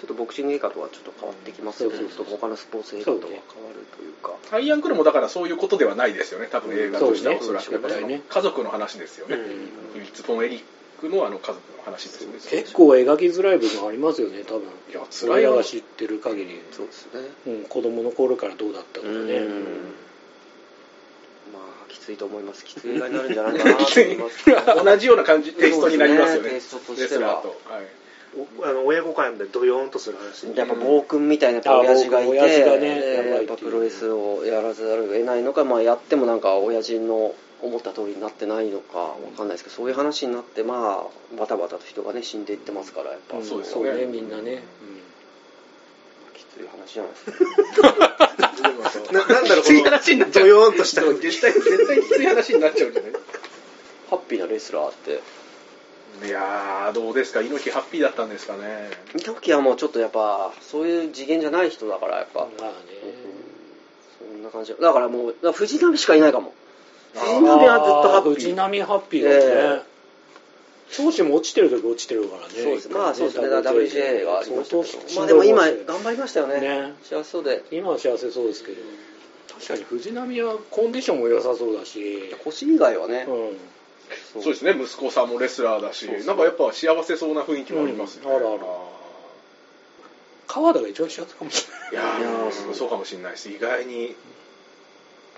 Speaker 3: ちょっとボクシング映画とはちょっと変わってきますよね
Speaker 1: そうそうそう
Speaker 3: ちょっと他のスポーツ映画とは変わるというか
Speaker 2: アイアンクロもだからそういうことではないですよね多分映画としてはおそら
Speaker 1: そうですね
Speaker 2: く家族の話ですよね
Speaker 1: う
Speaker 2: ユリッツ・ポン・エリックのあの家族の話ですよね
Speaker 1: 結構描きづらい部分ありますよね多分
Speaker 2: いや辛い
Speaker 1: 親
Speaker 2: よ
Speaker 1: が知ってる限り
Speaker 3: そうですね
Speaker 1: うん、子供の頃からどうだったとかね、
Speaker 3: うんまあきついと思いますきつい映画になるんじゃないかなと思います けど
Speaker 2: 同じような感じテイストになりますよね
Speaker 3: そうですねテイストとしては
Speaker 2: レスラーと、はい
Speaker 4: おあの親子間でドヨーンとする話
Speaker 3: やっぱ暴君みたいなやっぱ親父がいて、
Speaker 1: あ暴君親父がね
Speaker 3: で
Speaker 1: やばいっていう
Speaker 3: やっぱプロレスをやらざるを得ないのか、まあ、やってもなんか親父の思った通りになってないのかわかんないですけどそういう話になってまあバタバタと人がね死んでいってますからやっぱ、
Speaker 1: うん
Speaker 2: そうです
Speaker 1: そ
Speaker 2: よ
Speaker 1: う
Speaker 2: ね
Speaker 1: ねみんなね、
Speaker 3: きつい話じゃない ですか
Speaker 4: ななんだろう
Speaker 2: きつい話になっちゃう
Speaker 4: ドヨーンとした
Speaker 2: でも絶対絶対きつい話になっちゃうんじゃない
Speaker 3: ハッピーなレスラーって
Speaker 2: いやーどうですか猪木ハッピーだったんですかね
Speaker 3: 時はもうちょっとやっぱそういう次元じゃない人だからやっぱ、
Speaker 1: うんまあね、
Speaker 3: そんな感じだからもうだから藤波しかいないかも藤波
Speaker 1: あ
Speaker 3: はずっとハ
Speaker 1: ー
Speaker 3: ッピー
Speaker 1: 藤波ハッピーだね、
Speaker 3: え
Speaker 1: 少子も落ちてる時落ちてるからね
Speaker 3: そうですまあそうですね WJ がありましたけどま
Speaker 1: まあ
Speaker 3: あで
Speaker 1: で
Speaker 3: も
Speaker 1: も
Speaker 3: 今
Speaker 1: 今
Speaker 3: 頑張りましたよね
Speaker 1: ね
Speaker 3: 幸せそうで
Speaker 1: 今は幸せそうですけど確かに藤波はコンディションも良さそうだし、
Speaker 3: 腰以外はね、
Speaker 1: うん、
Speaker 2: そうですね息子さんもレスラーだし
Speaker 3: そうそう
Speaker 2: なんかやっぱ幸せそうな雰囲気もありますよね、
Speaker 1: うんあるある川田が一番幸せかもしれない
Speaker 2: いやー
Speaker 3: いやー
Speaker 2: そうかもしれないです意外に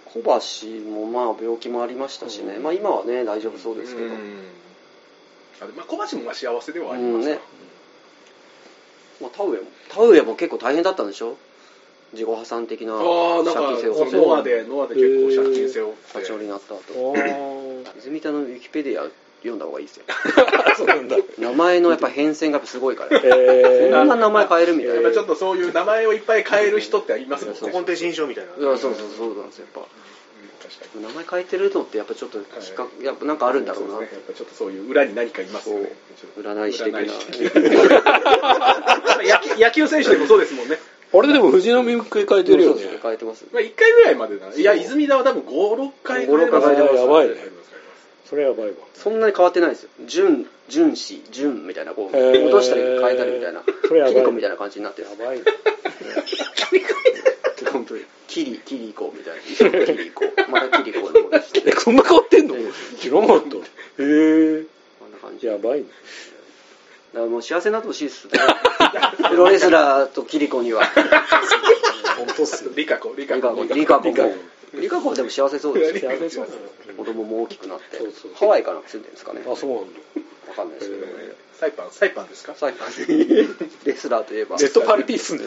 Speaker 3: 小橋もまあ病気もありましたしね、
Speaker 1: うん
Speaker 3: まあ今はね大丈夫そうですけど、
Speaker 2: うんあでまあ、小橋もまあ幸せではあり
Speaker 3: う
Speaker 2: ま
Speaker 3: ん
Speaker 2: す
Speaker 3: ねまあ、田植えも田植えも結構大変だったんでしょ自己破産的な
Speaker 2: あ
Speaker 3: 借
Speaker 2: あなんか
Speaker 3: 金背負
Speaker 1: そ
Speaker 3: って
Speaker 1: う
Speaker 2: ノアでノアで結構借金背負って
Speaker 3: 社長になった後
Speaker 1: おー
Speaker 3: 泉田のウィキペディア読んだ方がいいです よ
Speaker 1: そうなんだへ
Speaker 3: 名前のやっぱ変遷がやっぱすごいからこ
Speaker 1: え
Speaker 3: んな名前変えるみた
Speaker 2: や
Speaker 3: い
Speaker 2: っ
Speaker 3: な
Speaker 2: ぱ
Speaker 3: い
Speaker 2: ちょっとそういう名前をいっぱい変える人っていますもんね。
Speaker 4: 古今亭新章みたいな
Speaker 3: やそうそうそうなんですよやっ
Speaker 2: 確か
Speaker 3: ぱ名前変えてるのってやっぱちょっと引っかやっぱなんかあるんだろうな
Speaker 2: そうですね。やっぱちょっとそういう裏に何かいますよね。
Speaker 3: 占い師的な
Speaker 2: 占野球野球選手でもそうですもんね。
Speaker 1: あれでも藤波も繰り返えてるよね
Speaker 3: そうそう変えてます
Speaker 2: まあ一回ぐらいまでだな。いや泉田は多分五六回ぐらいまで
Speaker 1: 五六回ぐらいやばいね
Speaker 2: や
Speaker 1: それやばいわ
Speaker 3: そんなに変わってないですよ純純子純みたいなこう
Speaker 1: へー
Speaker 3: 落としたり変えたりみたいな
Speaker 1: それやばい
Speaker 3: キリコみたいな感じになってるん
Speaker 1: や
Speaker 3: です
Speaker 1: ばいな
Speaker 3: 本当にキリキリコみたいなキリコまたキリコの方にして
Speaker 1: えこんな変わってんの知らなかったへ
Speaker 3: こんな感じ
Speaker 1: えやばいね
Speaker 3: だからもう幸せになってほしいですねプロレスラーとキリコには
Speaker 1: 本当っすね
Speaker 2: リカコリカ
Speaker 3: リカ
Speaker 2: コ
Speaker 3: コリカコ
Speaker 1: リカ
Speaker 3: もリカコでも幸せそうですよ
Speaker 1: 幸せそうだな
Speaker 3: 子供も大きくなって
Speaker 1: そうそう
Speaker 3: ハワイかなんか住んでるんですかね
Speaker 1: あそうなんだ
Speaker 3: わかんないですけど
Speaker 1: へ
Speaker 2: サイパンサイパンですか。
Speaker 3: サイパンレスラーといえば
Speaker 1: ジェットパリピっすね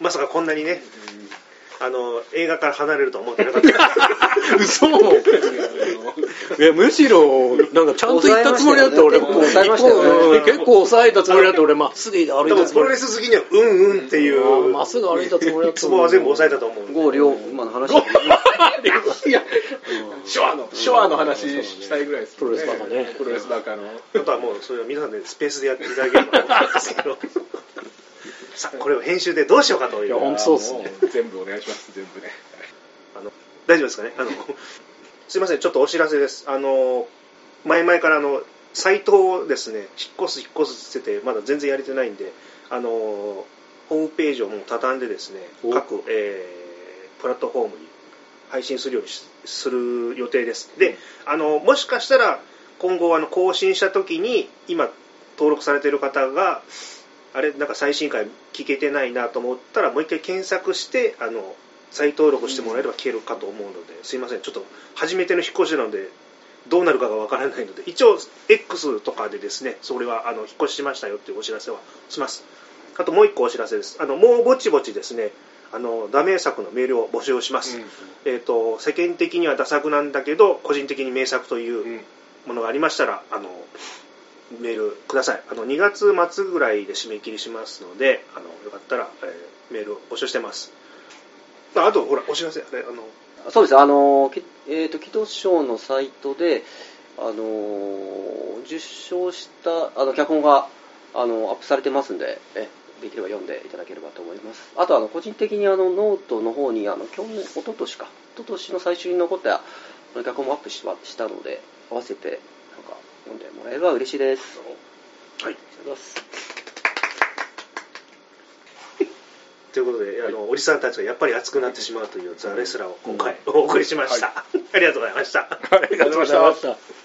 Speaker 4: まさかこんなにねあの映画から離れるとは思ってなかっ た
Speaker 1: 嘘いやむしろなんかちゃんと言ったつもりだった俺も
Speaker 3: 抑えましたよね
Speaker 1: うん結構抑えたつもりだった俺まっすぐ歩
Speaker 4: 多
Speaker 1: いた
Speaker 4: 分
Speaker 1: つ
Speaker 4: プ
Speaker 1: も
Speaker 4: ロ
Speaker 1: り
Speaker 4: レス好きにはうんうんってい
Speaker 1: うん
Speaker 4: う
Speaker 1: まっすぐ歩いたつもりだった
Speaker 4: ツボは全部抑えたと思う
Speaker 3: 郷龍馬の話だけど
Speaker 2: いやショアのショアの話したいぐらいですもん
Speaker 1: プロレスバカね
Speaker 2: プロレスバカの。
Speaker 4: あとはもうそれを皆さんでスペースでやっていただければと思うんですけどさあこれを編集でどうしようかとい
Speaker 1: いや
Speaker 4: う
Speaker 1: ほんとそうっすね
Speaker 2: もう全部お願いします全部ね。
Speaker 4: 大丈夫ですかねあのすいませんちょっとお知らせですあの前々からあのサイトをですね引っ越す引っ越すって言っててまだ全然やれてないんであのホームページをもう畳んでですね
Speaker 1: お
Speaker 4: 各、えープラットフォームに配信するようにしする予定ですであのもしかしたら今後あの更新した時に今登録されてる方があれなんか最新回聞けてないなと思ったらもう一回検索してあの再登録してもらえれば消えるかと思うのですいませんちょっと初めての引っ越しなのでどうなるかがわからないので一応 X とかでですねそれはあの引っ越ししましたよっていうお知らせはしますあともう一個お知らせですあのもうぼちぼちですねあのダメ作のメールを募集をします、えっ、と世間的にはダ作なんだけど個人的に名作という、ものがありましたらあのメールくださいあの2月末ぐらいで締め切りしますのであのよかったら、えーメールを募集してますああとほらお知らせあれあの
Speaker 3: そうですあのきえっ、と木戸賞のサイトであのー受賞したあの脚本があのアップされてますんでえできれば読んでいただければと思いますあとあの個人的にあのノートの方にあの去年一昨年か一昨年の最終に残ったあの脚本もアップしはしたので合わせてなんか読んでもらえれば嬉しいです
Speaker 4: はい
Speaker 3: ありがとうございます
Speaker 4: ということで、あのおじさんたちがやっぱり熱くなって しまうというザ・レスラーを今回お送りしました、ありがとうございました
Speaker 1: ありがとうございました